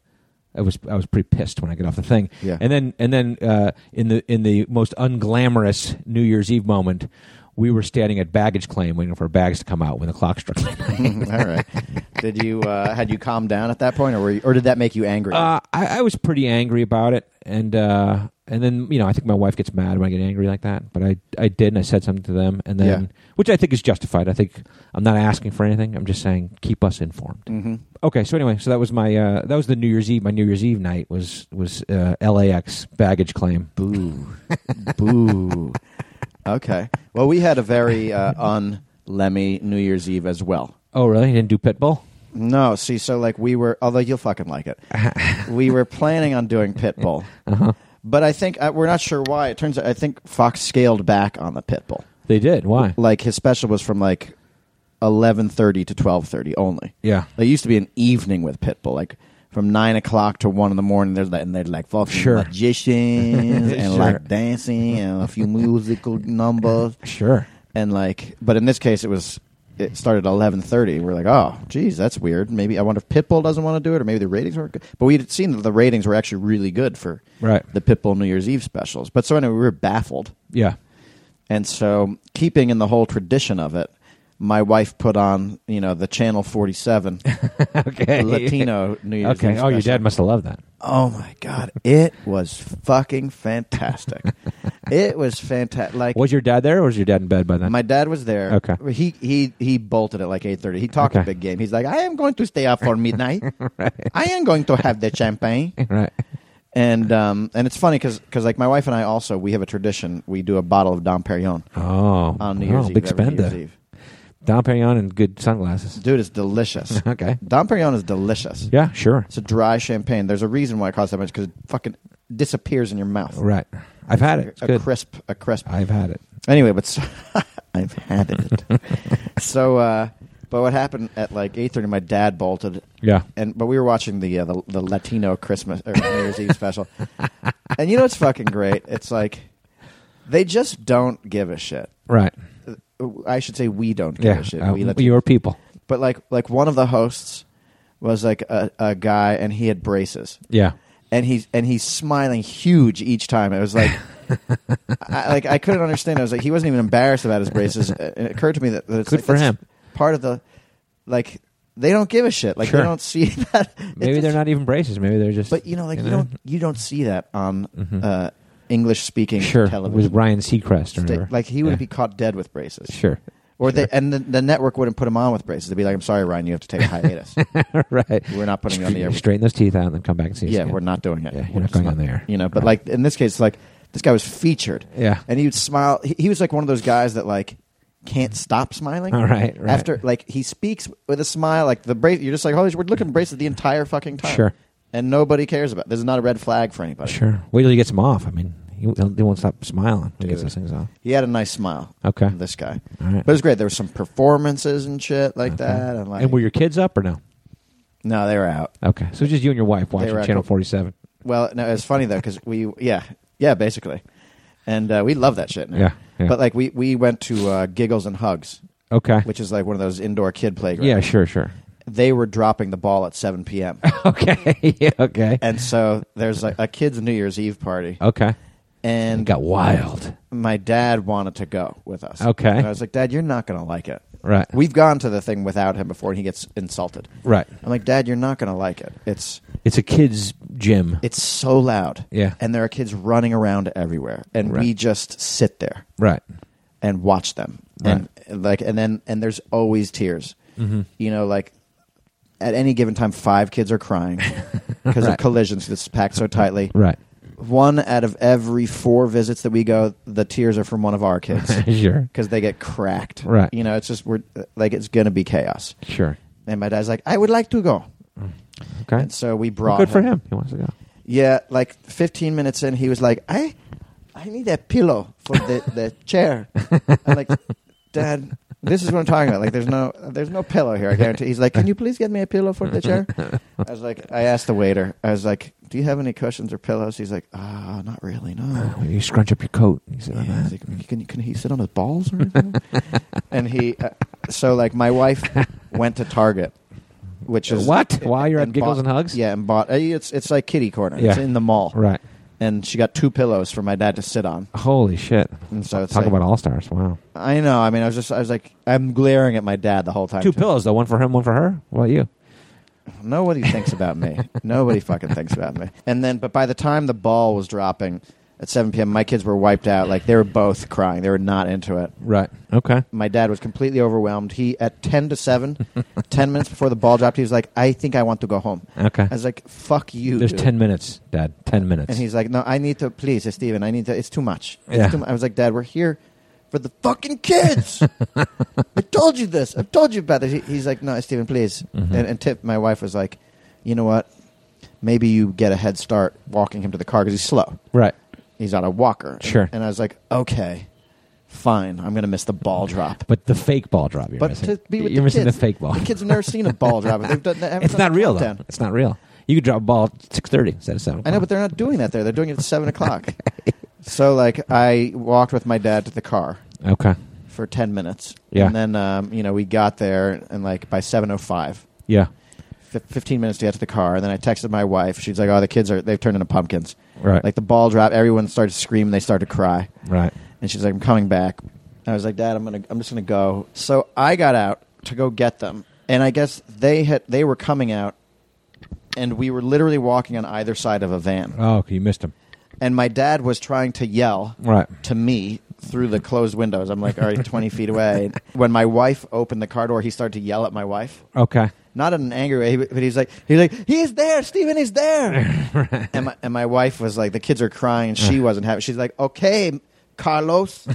I was I was pretty pissed when I got off the thing. Yeah. uh, And then and then uh, in the in the most unglamorous New Year's Eve moment, we were standing at baggage claim waiting for our bags to come out when the clock struck. [laughs] midnight. [laughs] all [laughs] right. Did you uh, had you calmed down at that point, or were you, or did that make you angry? uh, I, I was pretty angry about it, and uh, and then you know I think my wife gets mad when I get angry like that, but I I did and I said something to them, and then Yeah. which I think is justified. I think I'm not asking for anything. I'm just saying keep us informed. hmm Okay, so anyway, so that was my uh, that was the New Year's Eve. My New Year's Eve night was was uh, LAX baggage claim. Boo, boo. Okay. Well, we had a very uh, un Lemmy New Year's Eve as well. Oh really? You didn't do Pitbull? No, see, so like we were, although you'll fucking like [laughs] it, we were planning on doing Pitbull, Uh-huh. but I think uh, we're not sure why. It turns out I think Fox scaled back on the Pitbull. They did. Why? Like his special was from like eleven thirty to twelve thirty only. Yeah. There used to be an evening with Pitbull, like from nine o'clock to one in the morning. There's like, and they're like fucking Sure. [laughs] magicians and Sure. like dancing and a few [laughs] musical numbers Sure. and like but in this case it was it started at 11.30 we're like oh geez that's weird maybe i wonder if pitbull doesn't want to do it or maybe the ratings weren't good but we would seen that the ratings were actually really good for Right. the pitbull new year's eve specials but so anyway we were baffled Yeah. and so keeping in the whole tradition of it my wife put on you know the channel 47 [laughs] okay. latino new year's Okay. eve Oh, your special. dad must have loved that. Oh my god, it was fucking [laughs] fantastic. it was fantastic. Like Was your dad there, or was your dad in bed by then? my dad was there. Okay. He he he bolted at like eight thirty. He talked a Okay. big game. He's like, I am going to stay up for [laughs] midnight. I am going to have the champagne. [laughs] right. And um and it's funny because like my wife and I also we have a tradition. We do a bottle of Dom Perignon Oh, on New wow, Year's Eve. big every New spender. Year's Eve. Dom Perignon and good sunglasses. [laughs] Dude, it's delicious. Okay. Dom Perignon is delicious. Yeah, sure. It's a dry champagne. There's a reason why it costs that much because it fucking disappears in your mouth. Right. I've had it. It's a good. crisp, a crisp. I've had it. Anyway, but so, [laughs] I've had [laughs] it. so, uh, but what happened at like eight thirty? My dad bolted, Yeah. and but we were watching the uh, the, the Latino Christmas or New Year's Eve [laughs] special, and you know it's fucking great. It's like they just don't give a shit. Right. I should say we don't give Yeah. a shit. Uh, we Latinos. your people. but like like one of the hosts was like a, a guy, and he had braces Yeah. and he's and he's smiling huge each time. It was [laughs] like, I, like I couldn't understand. I was like, he wasn't even embarrassed about his braces. It it occurred to me that, that it's Good like, for that's him. [laughs] Part of the, like, they don't give a shit. Like Sure. they don't see [laughs] that. It Maybe they're just- not even braces. Maybe they're just. But you know, like you, know? don't you don't see that on Mhm. uh, English speaking Sure. It was television. Ryan Seacrest Sta- [laughs] or whatever. like he would Yeah. be caught dead with braces, Sure. [laughs] or they and the, the network wouldn't put him on with braces. They'd be like, "I'm sorry, Ryan, you have to take a [laughs] hiatus. right. we're not putting you on the air. Straighten those teeth out and then come back and see us yeah, again. we're not doing it. Yeah, We're you're not just going on the air. You know, but Right. like in this case, like this guy was featured. Yeah. and he would smile. He, he was like one of those guys that like can't stop smiling. All right, right. After like he speaks with a smile, like the brace. You're just like, holy, shit, we're looking at braces the entire fucking time. Sure. And nobody cares about. This is not a red flag for anybody. Sure. Wait till he gets them off. I mean, he, he'll- he won't stop smiling when he gets Dude. those things off. He had a nice smile. Okay. This guy. All right. But it was great. There were some performances and shit like that. And like, and were your kids up or no? no, they were out. Okay. So just you and your wife watching were out- Channel 47. Well, no, it's funny though because we, yeah, yeah, basically, and uh, we love that shit. Now. Yeah, yeah. But like we we went to uh, Giggles and Hugs, Okay. which is like one of those indoor kid playgrounds. yeah, sure, sure. [laughs] They were dropping the ball at 7 p.m. okay. yeah, okay. and so there's a, a kids' New Year's Eve party, okay. It and got wild. my dad wanted to go with us. Okay. And I was like, Dad, you're not going to like it. Right. We've gone to the thing without him before, and he gets insulted. Right. I'm like, Dad, you're not going to like it. It's It's a kids' gym. it's so loud. Yeah. And there are kids running around everywhere, and we Right. just sit there right. and watch them, and like, and then and there's always tears. Mm-hmm. You know, like at any given time, five kids are [laughs] crying because of Right. collisions. It's packed so tightly. [laughs] [laughs] Right. One out of every four visits that we go, the tears are from one of our [laughs] kids. sure. because they get cracked. Right. You know, it's just we're like it's gonna be chaos. Sure. And my dad's like, I would like to go. Okay. And so we Well, brought. good for him. He wants to go. Yeah, like 15 minutes in, he was like, I, I need a pillow for the, the chair. I'm like, Dad, this is what I'm talking about. Like, there's no, there's no pillow here. I guarantee. He's like, Can you please get me a pillow for the [laughs] chair? I was like, I asked the waiter. I was like, Do you have any cushions or pillows? He's like, Ah, not really. No. You scrunch up your coat. You sit on Yeah, I that. was like, can, can he sit on his balls or anything? and he, uh, so like my wife went to Target, which is What? While you're at Giggles bought- and Hugs? Yeah, and bought uh, it's it's like kitty corner. It's Yeah. in the mall, Right. and she got two pillows for my dad to sit on. Holy shit. And so it's Talk like, about all stars. Wow. I know. I mean, I was just I was like I'm glaring at my dad the whole time. Two too. pillows, though. One for him, one for her. What about you? Nobody thinks about [laughs] me. Nobody fucking thinks about me. And then, but by the time the ball was dropping at 7 p.m., my kids were wiped out. Like they were both crying. They were not into it. Right. Okay. my dad was completely overwhelmed. He at ten to seven, [laughs] ten minutes before the ball dropped, he was like, "I think I want to go home." Okay. I was like, "Fuck you." There's dude." 10 minutes, Dad. 10 minutes. and he's like, "No, I need to. Please, Steven, I need to. It's too much." It's Yeah. too mu-" I was like, "Dad, we're here for the fucking [laughs] kids." I told you this. I've told you about this. He, he's like, "No, Steven, please." Mm-hmm. And, and Tip, my wife, was like, "You know what? Maybe you get a head start walking him to the car because he's slow. Right. He's on a walker." Sure. And I was like, "Okay, fine. I'm gonna miss the ball drop." But the fake ball drop you're But missing. to be with you're the missing kids, the fake ball. The kids have never seen a ball drop. They've [laughs] done, they haven't it's done not real, a though. countdown. It's not real. You could drop a ball at 6.30 instead of 7. I know, but they're not doing that there. They're doing it at seven o'clock. So, like, I walked with my dad to the car Okay. for ten minutes. Yeah. and then um, you know we got there, and like by seven o five. Yeah. 15 minutes to get to the car and then i texted my wife she's like oh the kids are they've turned into pumpkins Right. like the ball drop everyone started screaming they started to cry right. and she's like, "I'm coming back." I was like, "Dad, I'm gonna, I'm just gonna go." So I got out to go get them, and I guess they had, they were coming out, and we were literally walking on either side of a van, Oh, okay. You missed him. and my dad was trying to yell Right. to me through the closed windows. I'm like, "All right, 20 feet [laughs] away." When my wife opened the car door, he started to yell at my wife. Okay. Not in an angry way, but he's like, he's like, he's there, Steven, he's [laughs] there. and, my, and my wife was like, the kids are crying, and she wasn't happy. She's like, okay, [laughs] Carlos.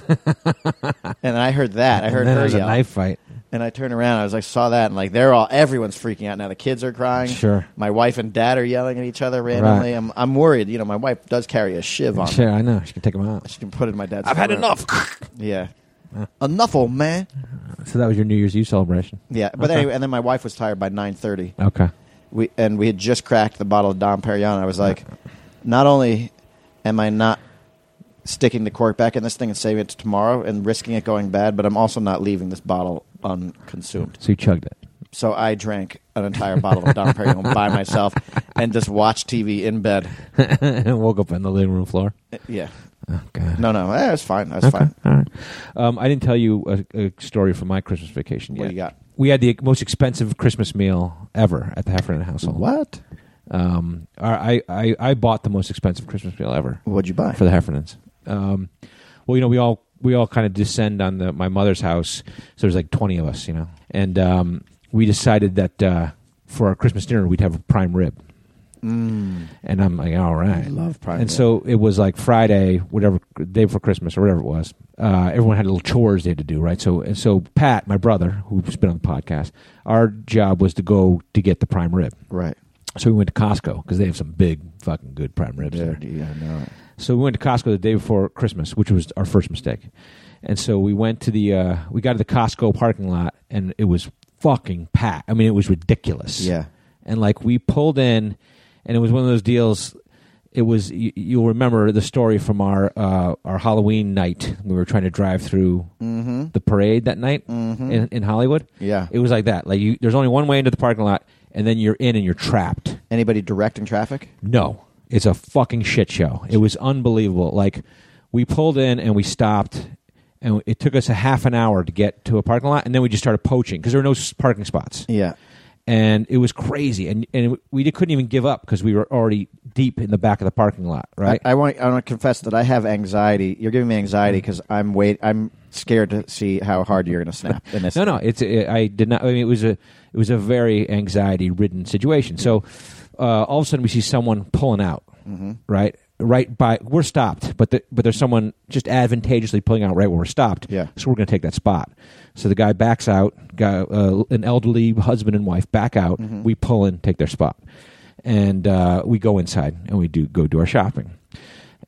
and I heard that. I heard and then her there's a yell. knife fight. And I turned around. I was like, saw that, and like, they're all, everyone's freaking out now. The kids are crying. Sure. My wife and dad are yelling at each other randomly. Right. I'm, I'm worried. You know, my wife does carry a shiv on. her. Sure, I know. She can take him out. She can put it in my dad's. I've had throat. enough. [laughs] Yeah. Enough, old man. so that was your New Year's Eve celebration. Yeah, but Okay. anyway, and then my wife was tired by nine thirty. Okay. we and we had just cracked the bottle of Dom Perignon. I was like, not only am I not sticking the cork back in this thing and saving it to tomorrow and risking it going bad, but I'm also not leaving this bottle unconsumed. So you chugged it. So I drank an entire bottle of Dom Perignon [laughs] by myself and just watched TV in bed. and [laughs] woke up on the living room floor. Uh, Yeah, Oh, God. no, no, eh, it's fine. That's Okay. fine. All right. Um, I didn't tell you a, a story from my Christmas vacation What yet. do you got? We had the most expensive Christmas meal ever at the Heffernan household. What? Um, I, I, I bought the most expensive Christmas meal ever What'd you buy? for the Heffernans. Um, well, you know, we all we all kind of descend on the my mother's house. So there's like 20 of us, you know, and um, we decided that uh, for our Christmas dinner we'd have a prime rib. Mm, And I'm like, all right. I love prime. and rib. so it was like Friday, whatever day before Christmas or whatever it was. Uh, everyone had little chores they had to do, right? So, and so Pat, my brother, who's been on the podcast, our job was to go to get the prime rib. right, So we went to Costco because they have some big fucking good prime ribs there. Dude, yeah, I know it. So we went to Costco the day before Christmas, which was our first mistake. And so we went to the uh, we got to the Costco parking lot, and it was fucking packed. I mean, it was ridiculous. Yeah, And like we pulled in, and it was one of those deals. It was you, you'll remember the story from our uh, our Halloween night. We were trying to drive through mm-hmm. the parade that night Mhm. in, in Hollywood. yeah. It was like that. Like you, there's only one way into the parking lot, and then you're in and you're trapped. Anybody directing traffic? No, it's a fucking shit show. It was unbelievable. Like we pulled in and we stopped, and it took us a half an hour to get to a parking lot, and then we just started poaching because there were no s- parking spots, Yeah. and it was crazy, and and we couldn't even give up because we were already deep in the back of the parking lot, right? I, I want. I want to confess that I have anxiety. You're giving me anxiety because I'm wait. I'm scared to see how hard you're going to [laughs] snap in this. No, no, it's it, I did not. I mean, it was a it was a very anxiety ridden situation. So uh, all of a sudden, we see someone pulling out, Mm-hmm. right, right by we're stopped, but the, but there's someone just advantageously pulling out right where we're stopped. Yeah. so we're going to take that spot. So the guy backs out, guy, uh, an elderly husband and wife back out. We pull in, take their spot, and uh, we go inside and we do go do our shopping.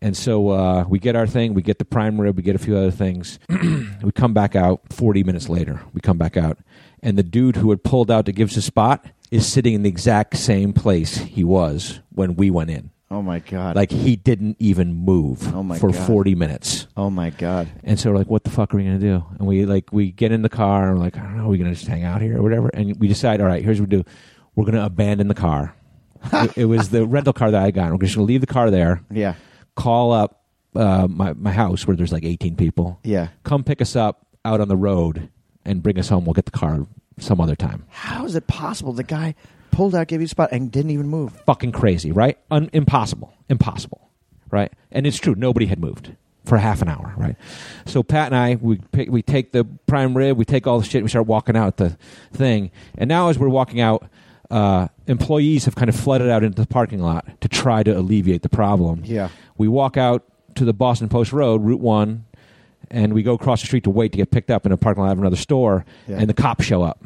And so uh, we get our thing, we get the prime rib, we get a few other things. [clears throat] we come back out 40 minutes later. We come back out, and the dude who had pulled out to give us a spot is sitting in the exact same place he was when we went in. Oh my god. Like he didn't even move Oh my for God. 40 minutes. Oh my god. And so we're like, what the fuck are we gonna do? And we like we get in the car and we're like, I don't know, are we gonna just hang out here or whatever? And we decide, all right, here's what we do. We're gonna abandon [laughs] the car. it, it was the rental car that I got. We're just gonna leave the car there, Yeah. call up uh, my, my house where there's like eighteen people. Yeah. Come pick us up out on the road and bring us home. We'll get the car some other time. How is it possible? The guy pulled out, gave you a spot, and didn't even move. Fucking crazy, right? Un- impossible. Impossible. Right? And it's true, nobody had moved for half an hour, right? So Pat and I, we, pick, we take the prime rib, we take all the shit, we start walking out the thing. And now as we're walking out, uh, employees have kind of flooded out into the parking lot to try to alleviate the problem. Yeah. We walk out to the Boston Post Road, Route 1, and we go across the street to wait to get picked up in a parking lot of another store, Yeah. and the cops show up.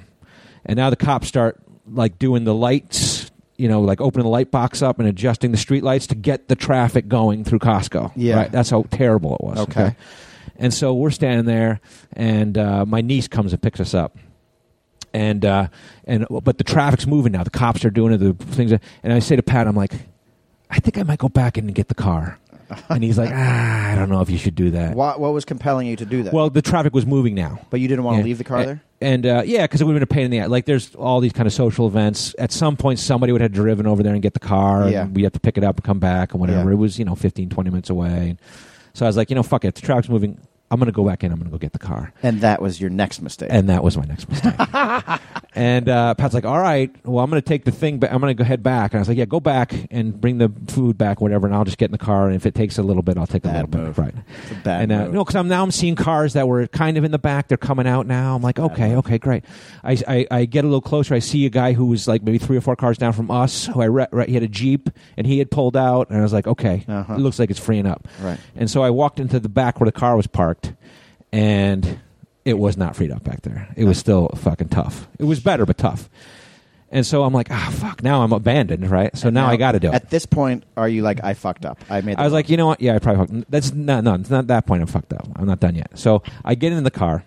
And now the cops start like doing the lights, you know, like opening the light box up and adjusting the street lights to get the traffic going through Costco. Yeah. Right? That's how terrible it was. Okay. And so we're standing there, and uh, my niece comes and picks us up and uh, and but the traffic's moving now. The cops are doing it, the things, and I say to Pat, I'm like, I think I might go back in and get the car. And he's like, ah, I don't know if you should do that. What, what was compelling you to do that? Well, the traffic was moving now. but you didn't want to Yeah. leave the car A- there. And uh, yeah, because it would have been a pain in the ass. Like, there's all these kind of social events. At some point, somebody would have driven over there and get the car. Yeah. And we have to pick it up and come back and whatever. Yeah. It was, you know, 15, 20 minutes away. So I was like, you know, fuck it. The traffic's moving. I'm going to go back in. I'm going to go get the car. And that was your next mistake. And that was my next [laughs] mistake. and uh, Pat's like, "All right, well, I'm going to take the thing, but I'm going to go head back." And I was like, "Yeah, go back and bring the food back, whatever, and I'll just get in the car. And if it takes a little bit, I'll take a Bad little move. bit, right?" It's a bad and uh, move. no, because I'm now I'm seeing cars that were kind of in the back. They're coming out now. I'm like, okay, okay, great. I, I, I get a little closer. I see a guy who was like maybe three or four cars down from us. Who I re- re- he had a jeep and he had pulled out, and I was like, okay, Uh-huh. it looks like it's freeing up. Right. And so I walked into the back where the car was parked, and it was not freed up back there. It was still fucking tough. It was better, but tough. And so I'm like, ah, fuck. Now I'm abandoned, right? So now, I got to do it. At this point, are you like, I fucked up? I made. The I was wrong- like, you know what? Yeah, I probably fucked. That's not no. It's not that point. I'm fucked up. I'm not done yet. So I get in the car,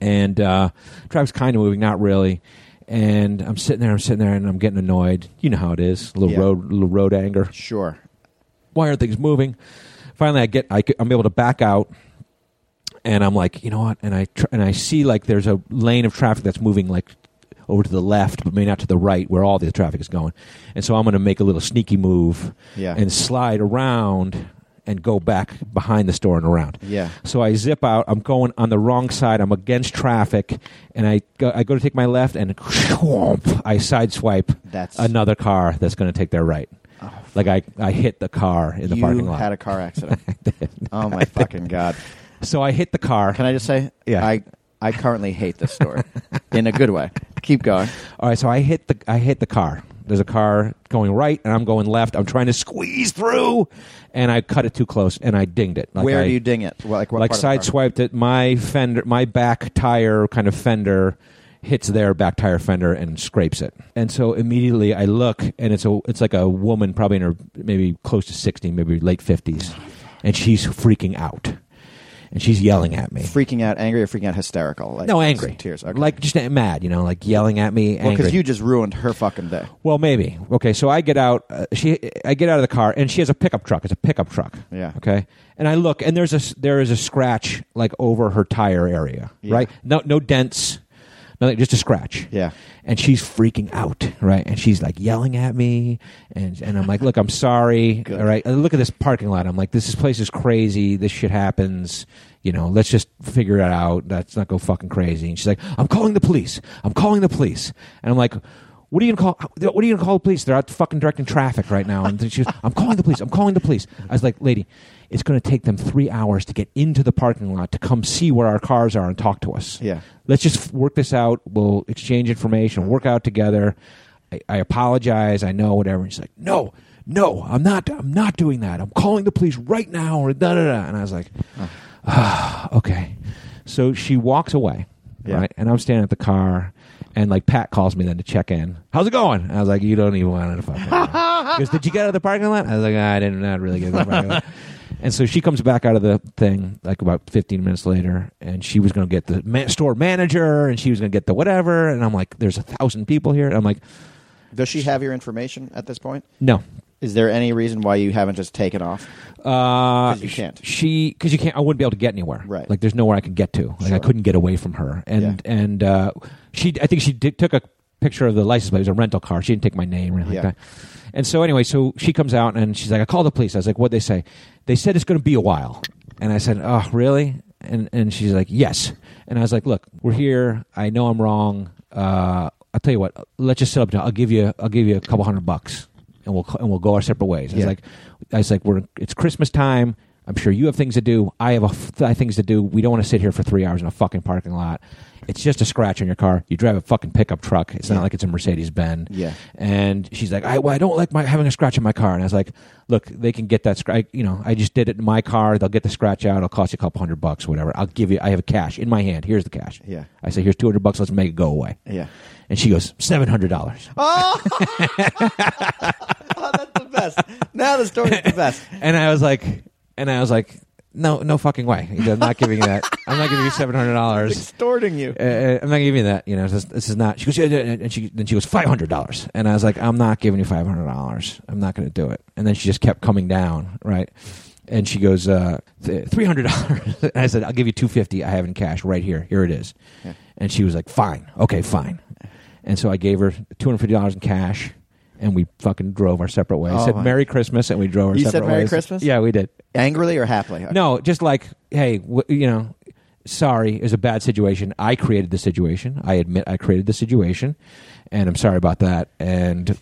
and uh, traffic's kind of moving, not really. And I'm sitting there. I'm sitting there, and I'm getting annoyed. You know how it is. A little Yeah. road, little road anger. [laughs] sure. Why aren't things moving? Finally, I get. I, am able to back out, and I'm like, you know what? And I tr- and I see like there's a lane of traffic that's moving like over to the left, but maybe not to the right where all the traffic is going. And so I'm going to make a little sneaky move Yeah. and slide around and go back behind the store and around. Yeah. So I zip out. I'm going on the wrong side. I'm against traffic, and I go, I go to take my left, and whoomp, I sideswipe That's- oh, another car that's going to take their right. like I, I hit the car in the you parking lot. had a car [laughs] accident. oh my fucking god! so I hit the car. Can I just say? Yeah. I I currently hate this [laughs] story in a good way. Keep going. All right, so I hit the I hit the car. There's a car going right, and I'm going left. I'm trying to squeeze through, and I cut it too close, and I dinged it. Like Where I- do you ding it? Well, like what like part of the side car? swiped it. My fender, my back tire kind of fender hits their back tire fender and scrapes it. And so immediately I look, and it's a it's like a woman probably in her maybe close to sixty, maybe late fifties, and she's freaking out, and she's yelling at me. Freaking out, angry, or freaking out, hysterical? Like, No, angry. tears. Okay. Like just mad, you know, like yelling at me. well, angry. because you just ruined her fucking day. Well, maybe. Okay, so I get out. Uh, she, I get out of the car, and she has a pickup truck. It's a pickup truck. Yeah. Okay. And I look, and there's a s- there is a scratch like over her tire area, Yeah. right? No, no dents. nothing, just a scratch. Yeah. And she's freaking out, right? And she's like yelling at me, and and I'm like, look, I'm sorry, [laughs] Good. all right. And look at this parking lot. I'm like, this is- place is crazy. This shit happens. You know, let's just figure it out. Let's not go fucking crazy. And she's like, I'm calling the police. I'm calling the police. And I'm like. What are you gonna call? What are you gonna call the police? They're out fucking directing traffic right now. And she was, I'm calling the police. I'm calling the police. I was like, lady, it's gonna take them three hours to get into the parking lot to come see where our cars are and talk to us Yeah. let's just work this out. We'll exchange information, work out together. I, I apologize. I know whatever. And she's like, no, no, I'm not. I'm not doing that. I'm calling the police right now. Or da da da. And I was like, ah, [sighs] okay. So she walks away, Yeah. right? And I'm standing at the car. And like Pat calls me then to check in. How's it going? And I was like, you don't even want to fucking. know." She goes, did you get out of the parking lot? I was like, I didn't not really get out of the parking lot. And so she comes back out of the thing like about 15 minutes later, and she was going to get the ma- store manager, and she was going to get the whatever. And I'm like, there's a thousand people here. And I'm like, Does she have your information at this point? no. Is there any reason why you haven't just taken off? Uh, 'Cause you can't. She because you can't. I wouldn't be able to get anywhere. Right. Like there's nowhere I could get to. Like I Sure. couldn't get away from her. And Yeah. and uh, she, I think she did, took a picture of the license plate. It was a rental car. She didn't take my name or anything Yeah. like that. And so anyway, so she comes out and she's like, I called the police. I was like, what would they say? They said it's going to be a while. And I said, oh really? And and she's like, yes. And I was like, look, we're here. I know I'm wrong. Uh, I'll tell you what. Let's just set up. I'll give you. I'll give you a couple hundred bucks, and we'll and we'll go our separate ways. I was Yeah. like, I was like, we're it's Christmas time. I'm sure you have things to do. I have a f- I have things to do. We don't want to sit here for three hours in a fucking parking lot. It's just a scratch on your car. You drive a fucking pickup truck. It's Yeah. not like it's a Mercedes Benz. Yeah. And she's like, I, well, I don't like my having a scratch in my car. And I was like, look, they can get that scratch. You know, I just did it in my car. They'll get the scratch out. It'll cost you a couple hundred bucks, whatever. I'll give you. I have cash in my hand. Here's the cash. Yeah. I say, here's two hundred bucks. Let's make it go away. Yeah. And she goes, seven hundred dollars. Oh, that's the best. now the story's the [laughs] best. and I was like, and I was like, no, no fucking way. I'm not giving you that. I'm not giving you seven hundred dollars. Extorting you. Uh, I'm not giving you that. You know, this, this is not. She goes, yeah, yeah, and she then she goes five hundred dollars, and I was like, I'm not giving you five hundred dollars. I'm not going to do it. And then she just kept coming down, right? And she goes, uh, three hundred dollars. [laughs] And I said, I'll give you two fifty. I have in cash right here. Here it is. Yeah. And she was like, fine, okay, fine. And so I gave her two hundred fifty dollars in cash. And we fucking drove our separate ways. Oh, said my- Merry Christmas, and we drove our You said separate Merry ways. Christmas? Yeah, we did. Angrily or happily? No, just like, hey, w- you know, sorry, it was a bad situation. I created the situation. I admit I created the situation, and I'm sorry about that. [laughs] And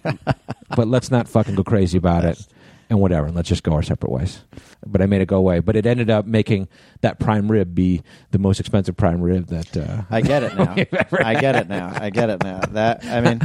but let's not fucking go crazy about it. And whatever, and let's just go our separate ways. But I made it go away. But it ended up making that prime rib be the most expensive prime rib that uh, I get [laughs] it now. I get it now. I get it now. That I mean,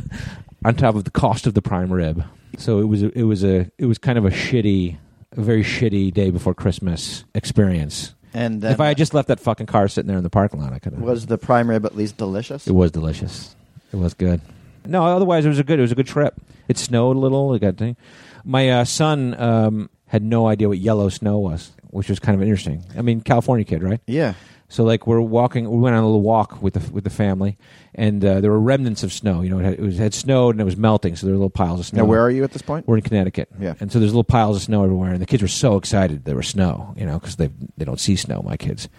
on top of the cost of the prime rib. So it was it was a it was kind of a shitty, a very shitty day before Christmas experience. and then, if I had just left that fucking car sitting there in the parking lot, I could have. was the prime rib at least delicious? It was delicious. It was good. No, otherwise it was a good. It was a good trip. It snowed a little. It got thing. My uh, son um, had no idea what yellow snow was, which was kind of interesting. I mean, California kid, right? Yeah. So like we're walking, we went on a little walk with the with the family, and uh, there were remnants of snow. You know, it had, it was, had snowed and it was melting, so there were little piles of snow. Now, where are you at this point? We're in Connecticut, Yeah. and so there's little piles of snow everywhere, and the kids were so excited there was snow, you know, because they they don't see snow, my kids.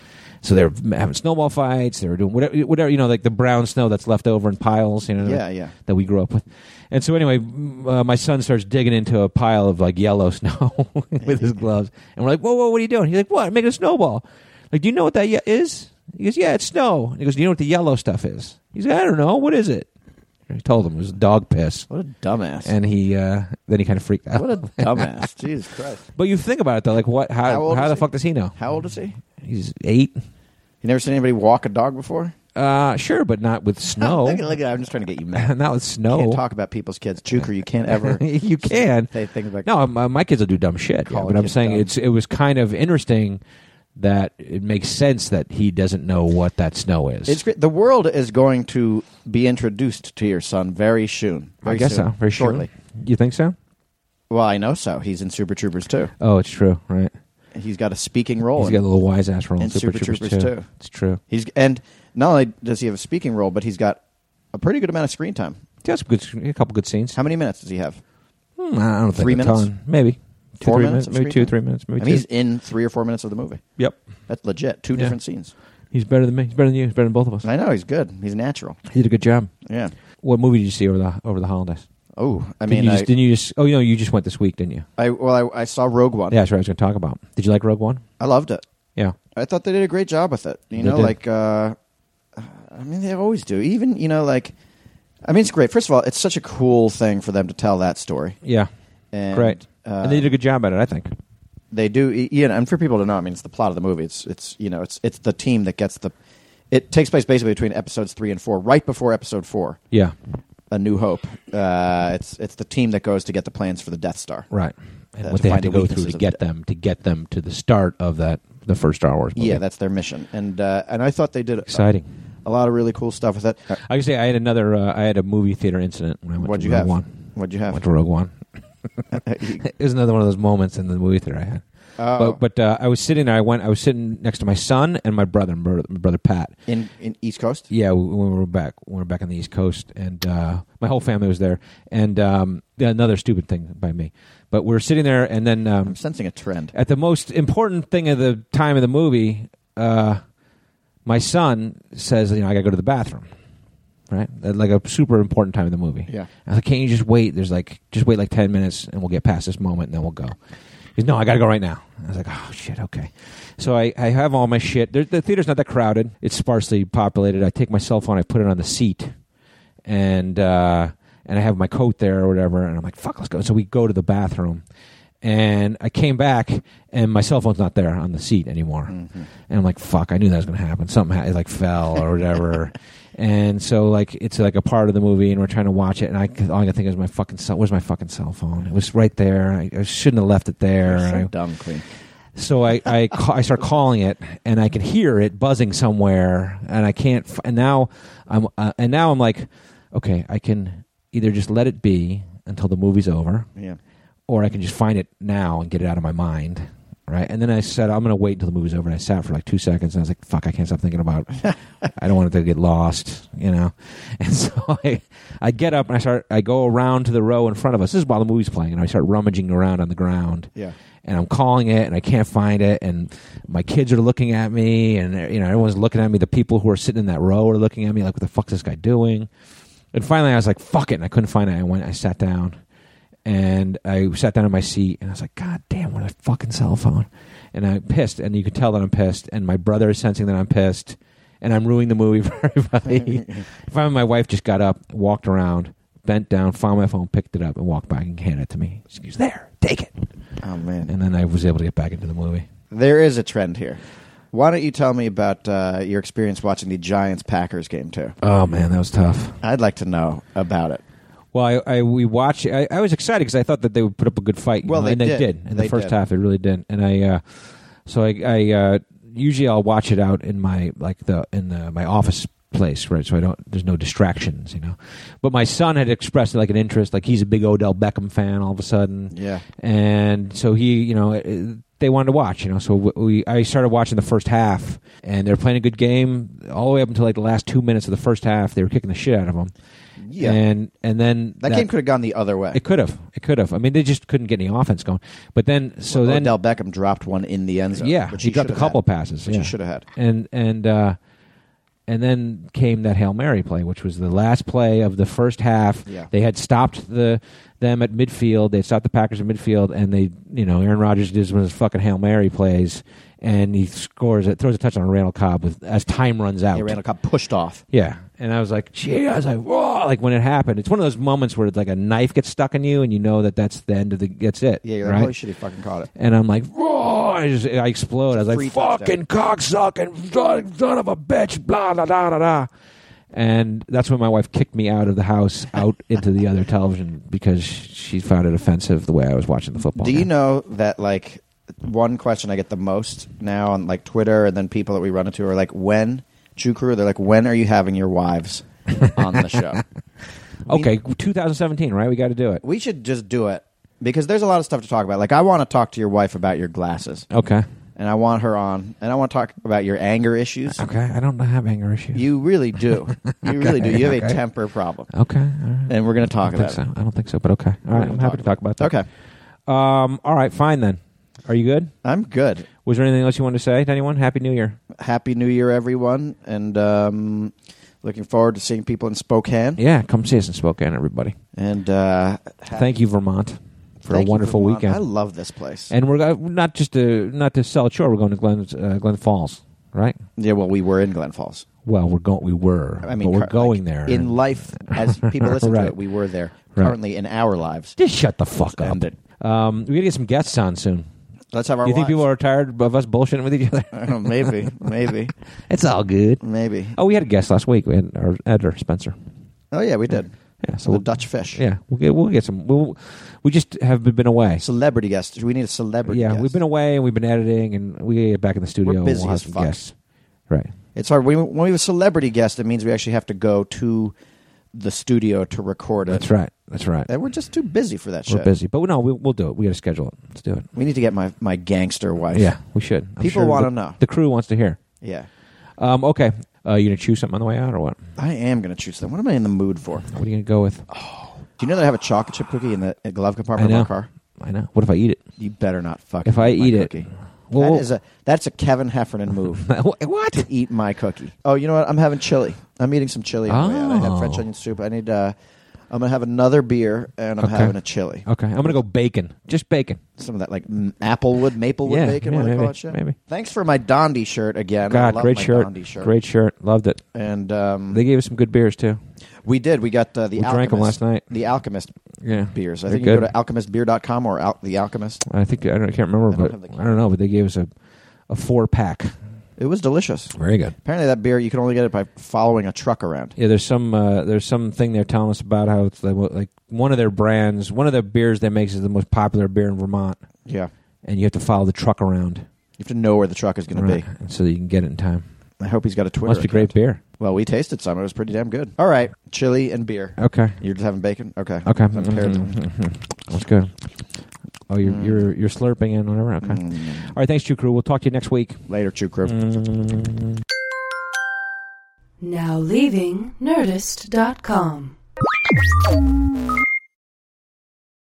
So they were having snowball fights. They were doing whatever, whatever you know, like the brown snow that's left over in piles, you know, Yeah, yeah. that we grew up with. And so anyway, m- uh, my son starts digging into a pile of like yellow [laughs] snow with his gloves, and we're like, "Whoa, whoa, what are you doing?" He's like, "What? I'm making a snowball." Like, do you know what that ye- is? He goes, "Yeah, it's snow." And he goes, "Do you know what the yellow stuff is?" He's like, "I don't know. What is it?" And I told him it was dog piss, What a dumbass! and [laughs] he uh, then he kind of freaked out. what a dumbass! Jesus Christ! But you think about it though, like what? How? How How, old is the he? fuck does he know? How old is he? He's eight. You never seen anybody walk a dog [laughs] before? Uh, sure, but not [laughs] with snow. Look at- look at- I'm just trying to get you [laughs] mad. not with You snow. can't talk about people's kids, Juker. You can't [laughs] ever [laughs] you can. say things like No, um, uh, my, my kids will do dumb shit. Yeah, Call but a I'm kid saying dumb. it's it was kind of interesting that it makes sense that he doesn't know what that snow is. It's great. The world is going to be introduced to your son very soon. I Very guess soon. so. Very shortly. Sure. You think so? Well, I know so. He's in Super Troopers too. Oh, it's true. Right. He's got a speaking role. He's got a little wise ass role in And Super, Super Troopers, Troopers too. too. It's true. He's and not only does he have a speaking role, but he's got a pretty good amount of screen time. He has some good, a couple good scenes. How many minutes does he have? Hmm, I don't think Three a minutes? ton. Maybe two, Four three minutes minutes. of Maybe screen two, time? three minutes. I Maybe two. mean, he's in three or four minutes of the movie. yep. That's legit. Two Yeah. different scenes. He's better than me. He's better than you. He's better than both of us. I know he's good. He's natural. He did a good job. Yeah. What movie did you see over the over the holidays? Oh, I Didn't mean, you I, just, didn't you just? Oh, you know, you just went this week, didn't you? I well, I, I saw Rogue One. Yeah, that's what I was going to talk about. Did you like Rogue One? I loved it. Yeah, I thought they did a great job with it. You They know, did. like uh, I mean, they always do. Even you know, like I mean, it's great. First of all, it's such a cool thing for them to tell that story. yeah, And, great. Uh, and they did a good job at it, I think. they do. y- You know, and for people to know, I mean, it's the plot of the movie. It's it's you know, it's it's the team that gets the. It takes place basically between episodes three and four, right before episode four, Yeah, A New Hope. Uh, it's it's the team that goes to get the plans for the Death Star. right. And Uh, what to they had find to the go weaknesses through to of get the- them to get them to the start of that the first Star Wars movie. Yeah, that's their mission, and uh, and I thought they did a, exciting. a Uh, lot of really cool stuff with it. I can say I had another. Uh, I had a movie theater incident when I went What'd to you Rogue have? One. What'd you have? Went to [laughs] Rogue One. [laughs] it was another one of those moments in the movie theater I had. Oh. But but uh, I was sitting there. I went. I was sitting next to my son and my brother, my brother, my brother Pat. in in East Coast. Yeah, we- when we were back, when we were back on the East Coast, and uh, my whole family was there. And um, yeah, another stupid thing by me, but we were sitting there, and then um, I'm sensing a trend. at the most important thing of the time of the movie, uh, my son says, "You know, I got to go to the bathroom." Right, At, like a super important time of the movie. Yeah. I was like, "Can't you just wait? There's like just wait like ten minutes, and we'll get past this moment, and then we'll go." He's no, I got to go right now. I was like, "Oh shit, okay." So I, I have all my shit. There, the theater's not that crowded; it's sparsely populated. I take my cell phone, I put it on the seat, and uh, and I have my coat there or whatever, and I'm like, "Fuck, let's go." So we go to the bathroom, and I came back, and my cell phone's not there on the seat anymore, Mm-hmm. and I'm like, "Fuck, I knew that was gonna happen. Something ha- it like fell or whatever." and so like it's like a part of the movie, and we're trying to watch it, and I all I can think is my fucking cell. Where's my fucking cell phone? It was right there. I, I shouldn't have left it there. So I- dumb queen. so I I, ca- I start calling it, and I can hear it buzzing somewhere, and I can't. F- and now I'm uh, and now I'm like, okay, I can either just let it be until the movie's over, Yeah. or I can just find it now and get it out of my mind, right? And then I said I'm going to wait until the movie's over, and I sat for like two seconds, and I was like, fuck, I can't stop thinking about. I don't want it to get lost, you know. [laughs] And so I I get up and I start I go around to the row in front of us. This is while the movie's playing, and I start rummaging around on the ground Yeah. and I'm calling it and I can't find it and my kids are looking at me and you know everyone's looking at me the people who are sitting in that row are looking at me like what the fuck's this guy doing and finally I was like fuck it and I couldn't find it I went I sat down and I sat down in my seat and I was like god damn what a fucking cell phone and I'm pissed and you could tell that I'm pissed and my brother is sensing that I'm pissed and I'm ruining the movie [laughs] for everybody finally my wife just got up walked around bent down found my phone picked it up and walked back and handed it to me she goes there take it Oh man. and then I was able to get back into the movie. There is a trend here. Why don't you tell me about uh, your experience watching the Giants Packers game too? Oh man, that was tough. I'd like to know about it. Well, I, I we watched. I, I was excited because I thought that they would put up a good fight. you Well, know, they and did. they did in They the first did. half. They really did. And I, uh, so I, I uh, usually I'll watch it out in my like the in the, my office place, right? So I don't. There's no distractions, you know. But my son had expressed like an interest. Like he's a big Odell Beckham fan. All of a sudden, Yeah. and so he you know uh, they wanted to watch you know so w- we i started watching the first half and they're playing a good game all the way up until like the last two minutes of the first half they were kicking the shit out of them Yeah. and and then That, game could have gone the other way. it could have it could have i mean they just couldn't get any offense going but then so then Odell Beckham dropped one in the end zone. yeah uh, which he dropped a should have couple had, passes which yeah. he should have had. and and uh and then came that Hail Mary play, which was the last play of the first half. Yeah. They had stopped the them at midfield. They had stopped the Packers at midfield, and they, you know, Aaron Rodgers did one of his fucking Hail Mary plays, and he scores it, throws a touchdown on Randall Cobb with as time runs out. Yeah, Randall Cobb pushed off. Yeah. And I was like, gee, I was like, whoa, like when it happened. It's one of those moments where like a knife gets stuck in you, and you know that that's the end of the. That's it. Yeah, you're like, right? holy shit, he fucking caught it. And I'm like, "Roar!" I just I explode. I was Free like, touchdown. fucking cocksucking son, son of a bitch, blah blah blah blah. blah. And that's when my wife kicked me out of the house, [laughs] out into the other television because she found it offensive the way I was watching the football. Do you game. know that like one question I get the most now on like Twitter and then people that we run into are like, when True Crew, they're like, when are you having your wives on the [laughs] show? Okay, 2017, right? We got to do it. we should just do it because there's a lot of stuff to talk about. Like I want to talk to your wife about your glasses, Okay, and I want her on, and I want to talk about your anger issues. okay. I don't have anger issues. You really do. You really do. You have a [laughs] okay. temper problem, okay? All right. and we're going to talk I don't think about so. it. I don't think so, but okay. All right, We'll I'm happy to talk about that. Okay. Um. All right. Fine then. Are you good? I'm good. Was there anything else you wanted to say to anyone? Happy New Year. Happy New Year, everyone, and um, looking forward to seeing people in Spokane. Yeah, come see us in Spokane, everybody. And uh, ha- Thank you, Vermont, for thank a you, wonderful Vermont. weekend. I love this place. and we're go- not just to not to South Shore. We're going to Glen uh, Glen Falls, right? yeah, well, we were in Glen Falls. Well, we're going. We were. I mean, but we're cur- going like, there in life as people listen [laughs] Right. to it. We were there Right. currently in our lives. Just shut the fuck up. End it. Um, we gotta get some guests on soon. Let's have our. Do you think lives. people are tired of us bullshitting [laughs] with each other? I don't know, Oh, maybe, maybe, [laughs] It's all good. maybe. Oh, we had a guest last week. We had our editor Spencer. Oh yeah, we did. Yeah, so So the we'll, Dutch fish. yeah, we'll get we'll get some. We'll, we just have been away. Celebrity guest. We need a celebrity. yeah, guest. we've been away and we've been editing, and we gotta get back in the studio. and busy we'll have as some fuck. guests. Right. It's hard. We, when we have a celebrity guest, it means we actually have to go to the studio to record it. That's right. That's right. And we're just too busy for that We're shit. busy, but no, we, we'll do it. We got to schedule it. Let's do it. We need to get my, my gangster wife. Yeah, we should. I'm People sure wanna the- know. The crew wants to hear. Yeah. Um, okay, uh, you gonna choose something on the way out or what? I am going to choose them. What am I in the mood for? What are you gonna go with? Do you know that I have a chocolate chip cookie in the in the glove compartment of I my know. car? I know. What if I eat it? You better not fuck. If I eat it, well, [laughs] that is a that's a Kevin Heffernan move what? to eat my cookie. Oh, you know what? I'm having chili. I'm eating some chili. on the way out. I Oh. have French onion soup. I need. Uh, I'm gonna have another beer and I'm Okay. having a chili. Okay, I'm gonna go bacon. Just bacon. Some of that like m- applewood, maplewood Yeah, bacon. yeah, what do they maybe, call it? Shit. maybe. Thanks for my Dondi shirt again. I God, love great my shirt. Dondi shirt. Great shirt. Loved it. And um, They gave us some good beers too. we did. We got uh, the We Alchemist, drank 'em last night. The Alchemist Yeah, beers. I They're think you good. go to alchemistbeer.com or Al- the Alchemist. I think I, don't, I can't remember, I don't have the but key. I don't know. But they gave us a a four pack. It was delicious. Very good. Apparently, that beer you can only get it by following a truck around. Yeah, there's some uh, there's some thing they're telling us about how it's like, what- like one of their brands, one of the beers they makes is the most popular beer in Vermont, Yeah, and you have to follow the truck around, you have to know where the truck is going right, to and so that you can get it in time. be. I hope he's got a Twitter. Must be great account. beer. Well, we tasted some. It was pretty damn good. All right, chili and beer. Okay, You're just having bacon. Okay. okay, Mm-hmm. I'm paired. that's good. Oh, you're Mm. you're you're slurping in whatever. Okay, all Mm. right. Thanks, Chew Crew. We'll talk to you next week. Later, Chew Crew. Mm. Now leaving Nerdist.com.